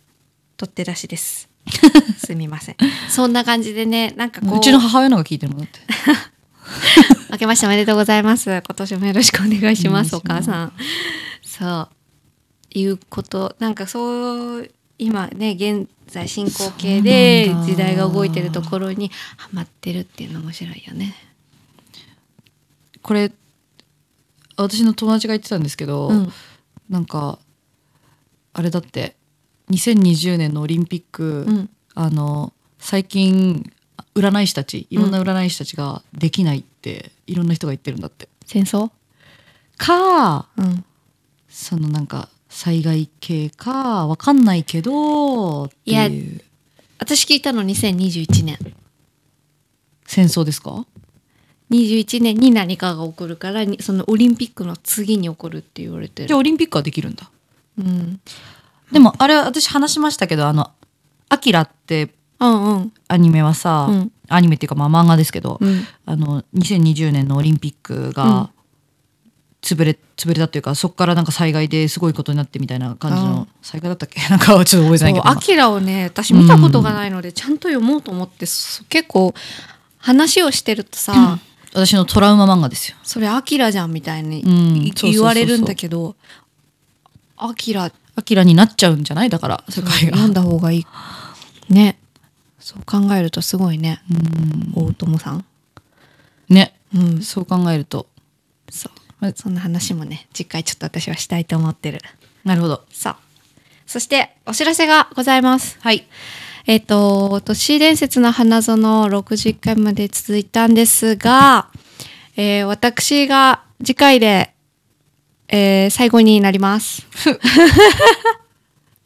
取って出しです [LAUGHS] すみませんそんな感じでねなんかこううちの母親のが聞いてるもんだって明けましておめでとうございます今年もよろしくお願いしますおお願い母しさんそういうことなんかそう今ね現在進行形でそうなんだ時代が動いてるところにハマってるっていうの面白いよねこれ私の友達が言ってたんですけど、うんなんかあれだって2020年のオリンピック、うんあの最近占い師たちいろんな占い師たちができないって、いろんな人が言ってるんだって戦争かうんそのなんか災害系かわかんないけどっていやいう私聞いたの2021年戦争ですか21年に何かが起こるからにそのオリンピックの次に起こるって言われてじゃるあオリンピックはできるんだうんでもあれ私話しましたけどあの「アキラってうんうんアニメはさ、うんアニメっていうかまあ漫画ですけど、うんあの2020年のオリンピックうんが潰れ潰れたというかそこからなんか災害ですごいことになってみたいな感じの災害だったっけ [LAUGHS] なんかちょっと覚えてないけそうどアキラをね私見たことがないので、ちゃんと読もうと思ってそ結構話をしてるとさ、私のトラウマ漫画ですよ。それアキラじゃんみたいにうんいそうそうそうそう言われるんだけどアキラアキラになっちゃうんじゃないだから世界が。読んだ方がいいねそう考えるとすごいね大友さんね、うんそう考えるとそうそんな話もね次回ちょっと私はしたいと思ってるなるほど。さあそしてお知らせがございますはい。えっ、と、都市伝説の花園61回まで続いたんですが、えー私が次回で、えー最後になります。 [LAUGHS]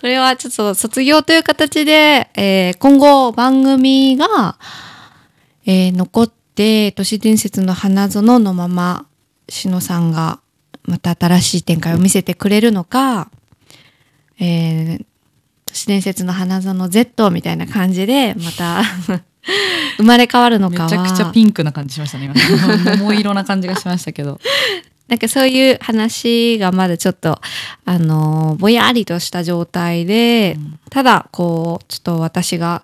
これはちょっと卒業という形で、えー今後番組が、えー残って都市伝説の花園のまま、しのさんがまた新しい展開を見せてくれるのか、えー都市伝説の花園 Z みたいな感じでまた [LAUGHS] 生まれ変わるのめちかゃはくちゃピンクな感じしましたね。今 [LAUGHS] 桃色な感じがしましたけど。なんかそういう話がまだちょっとあのぼやりとした状態で、ただこうちょっと私が、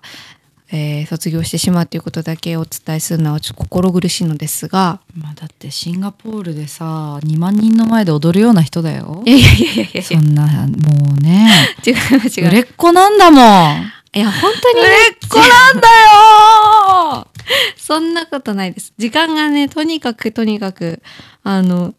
えー卒業してしまうということだけお伝えするのはちょっと心苦しいのですがまあ、だってシンガポールでさ2万人の前で踊るような人だよいやいやいやいやいそやんなもうね違う違売うれっ子なんだもんいや本当に売れっ子なんだよ [LAUGHS] そんなことないです。時間がね、とにかくとにかく、あの、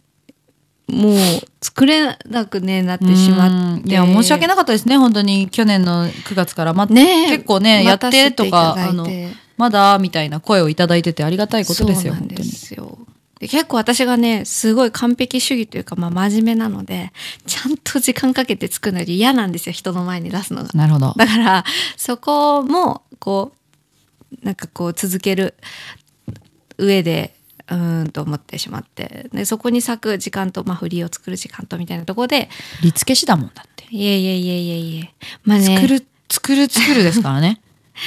もう作れなくね、なってしまって。いや申し訳ななかったですね本当に去年の9月から、まねえ結構ねやってとかあのそうまだみたいな声をいただいててありがたいことですよなん本で当にすよ。で結構私がね、すごい完璧主義というか、まあ真面目なので、ちゃんと時間かけて作るのより嫌なんですよ、人の前に出すのが。なるほどだから、そこも、こう、なんかこう続ける上でうーんと思ってしまってでそこに割く時間と、まあ、フリーを作る時間とみたいなところでり付け師だもんだって、いえいえいえいえいえまあね作る作る作るですから [LAUGHS] ね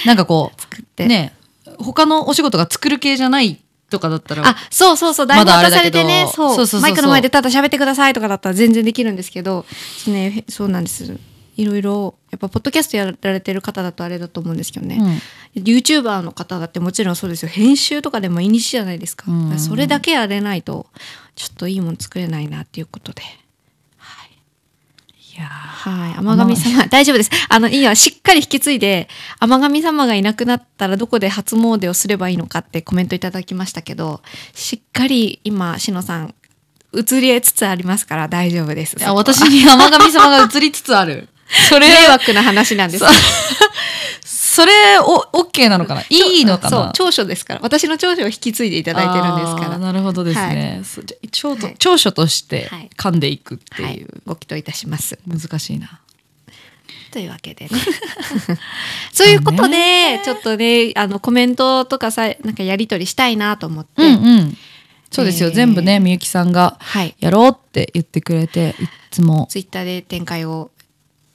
なんかこ作っうて、ね他のお仕事が作る系じゃないとかだったらあそうそうそう台ま本だあれ渡ださけれどてねそうそうそうそうそうマイクの前でただ喋ってくださいとかだったら全然できるんですけどちょっとねそうなんですいろいろやっぱポッドキャストやられてる方だとあれだと思うんですけどね、うんユーチューバーの方だってもちろんそうですよ編集とかでもいにしじゃないですか,、うんそれだけやれないとちょっといいもの作れないなっていうことでいやはい天神様大丈夫ですあのいいよしっかり引き継いで天神様がいなくなったらどこで初詣をすればいいのかってコメントいただきましたけどしっかり今しのさん移りつつありますから大丈夫ですーあ私に天神様が移りつつある [LAUGHS] それ迷惑な話なんです [LAUGHS] そうそれおオッケーなのかないいのかそうな長所ですから私の長所を引き継いでいただいてるんですからあーなるほどですね。そうじゃ長所はい長所としてはい噛んでいくって、はいいうご祈祷いたします難しいな。というわけでね。 [LAUGHS] そういうことで、ちょっとね、あのコメントとかさ、なんかやり取りしたいなと思って。うん。そうですよ、えー全部ねみゆきさんがはい。やろうって言ってくれていつも。ツイッターで展開を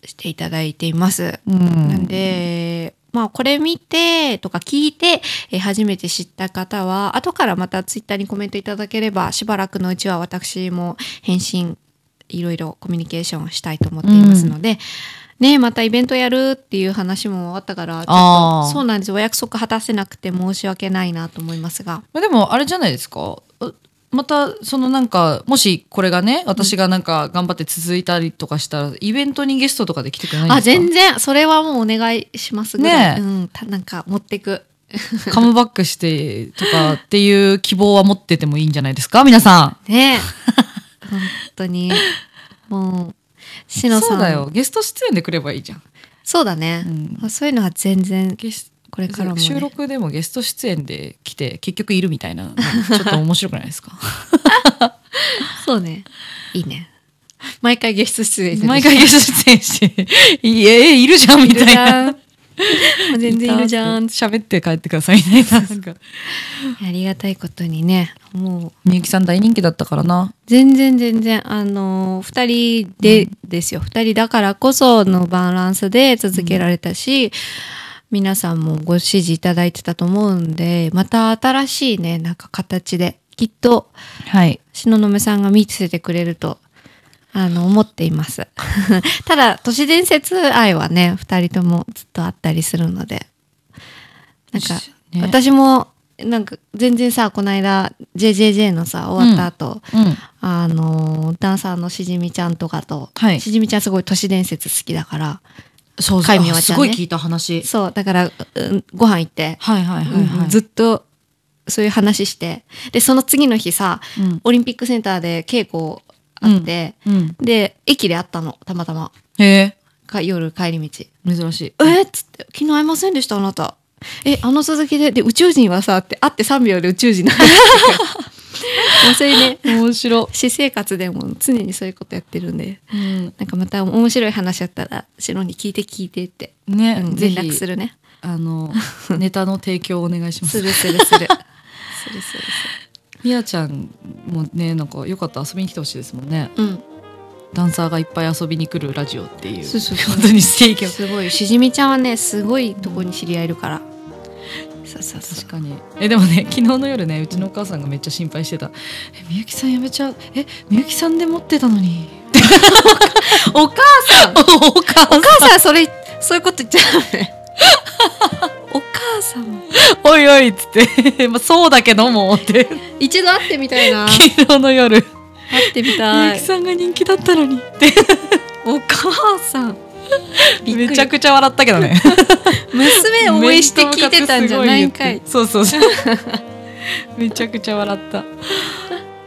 していただいています。うん、なんで、まあこれ見てとか聞いて、えー初めて知った方は、後からまたツイッターにコメントいただければ、しばらくのうちは私も返信、いろいろコミュニケーションしたいと思っていますので、ね、またイベントやるっていう話もあったから、ちょあっとーそうなんですお約束果たせなくて申し訳ないなと思いますが、まあ、でもあれじゃないですかうまたそのなんかもしこれがね私がなんか頑張って続いたりとかしたらイベントにゲストとかで来てくれないんですかあ全然それはもうお願いしますぐらねえい、うん、たなんか持ってくカムバックしてとかっていう希望は持っててもいいんじゃないですか皆さん。 [LAUGHS] ねえ本当 [LAUGHS] にもうしのさんそうだよゲスト出演でくればいいじゃん。そうだね、うんそういうのは全然ゲスこれからも、ね、収録でもゲスト出演で来て結局いるみたいなのちょっと面白くない [LAUGHS] ですかそうねいいね毎回ゲスト出演してる毎回ゲスト出演して「いえいるじゃん」みいるたいじなゃん [LAUGHS] もう全然いるじゃん喋って帰ってくださいみたい [LAUGHS] ななんかありがたいことにねもうみゆきさん大人気だったからな全然全然あの2人でですよ、2人だからこそのバランスで続けられたし、皆さんもご支持いただいてたと思うんでまた新しいねなんか形できっとはい東雲さんが見せてくれるとあの思っています [LAUGHS] ただ都市伝説愛はね2人ともずっとあったりするのでなんか、ね私もなんか全然さこの間 JJJ のさ終わった後、うんあのダンサーのしじみちゃんとかと、はいしじみちゃんすごい都市伝説好きだからそうそ海う、明ちゃんねあすごい聞いた話そうだから、うんご飯行って、はいはいはいはい、うんずっとそういう話してでその次の日さうんオリンピックセンターで稽古あって、うんで駅で会ったのたまたまへか夜帰り道え珍しい「えっ?」つって「昨日会いませんでしたあなた」「えあの鈴木でで宇宙人はさ」って会って3秒で宇宙人 [LAUGHS] なんだもうそういうね面白私生活でも常にそういうことやってるんで。い、うんなんかまた面白い話あったらシロに聞いて聞いてって、ね、うんぜ連ひ絡するねあ [LAUGHS] のネタの提供をお願いしますするする [LAUGHS] するするするみやちゃんもねなんかよかったら遊びに来てほしいですもんねするうんダンサーがいっぱい遊びに来るラジオっていうそうそうそう本当にステーキをすごいしじみちゃんはねすごいとこに知り合いいるから、そうそうそ確かにえでもね昨日の夜ねうちのお母さんがめっちゃ心配してた「えみゆきさんやめちゃうえみゆきさんで持ってたの [LAUGHS] に」 [LAUGHS] お母さんお母さんうお母さんそれそういうこと言っちゃうね [LAUGHS] お母さんおいおいっつって、 [LAUGHS] まあ、そうだけどもって、一度会ってみ [LAUGHS] たいな会昨日の夜、ってみゆたう [LAUGHS] きいさんが人気だったのにって、お母 [LAUGHS] さんびっくりめちゃくちゃ笑ったけ [LAUGHS] どね。娘を応援して聞いてたんじゃないんかいそうそう [LAUGHS] そう。めちゃくちゃ笑った。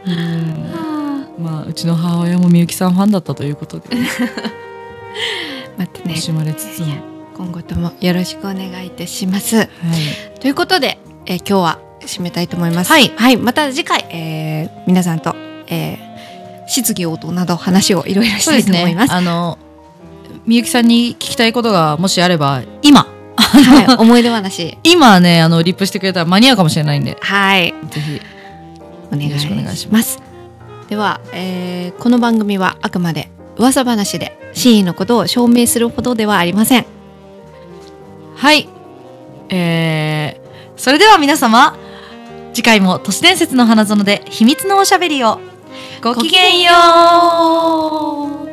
うんあまあうちの母親もみゆきさんファンだったということで、ーまた惜ねしまれつつも。いはや今後ともよろしくお願いいたしますということで、えー今日は締めたいと思います。はいまた次回、えー皆さんと、えー質疑応答など話をいろいろしたいと思います。あのみゆきさんに聞きたいことがもしあれば、今 [LAUGHS] [LAUGHS] はい、思い出話。今ねあのリップしてくれたら間に合うかもしれないんで、はい、ぜひお願いよろししくおま願いす。しでは、えーこの番組はあくまで噂話で真意のことを証明するほどではありません。はい。えー、それでは皆様、次回も都市伝説の花園で秘密のおしゃべりを。ごきげんよう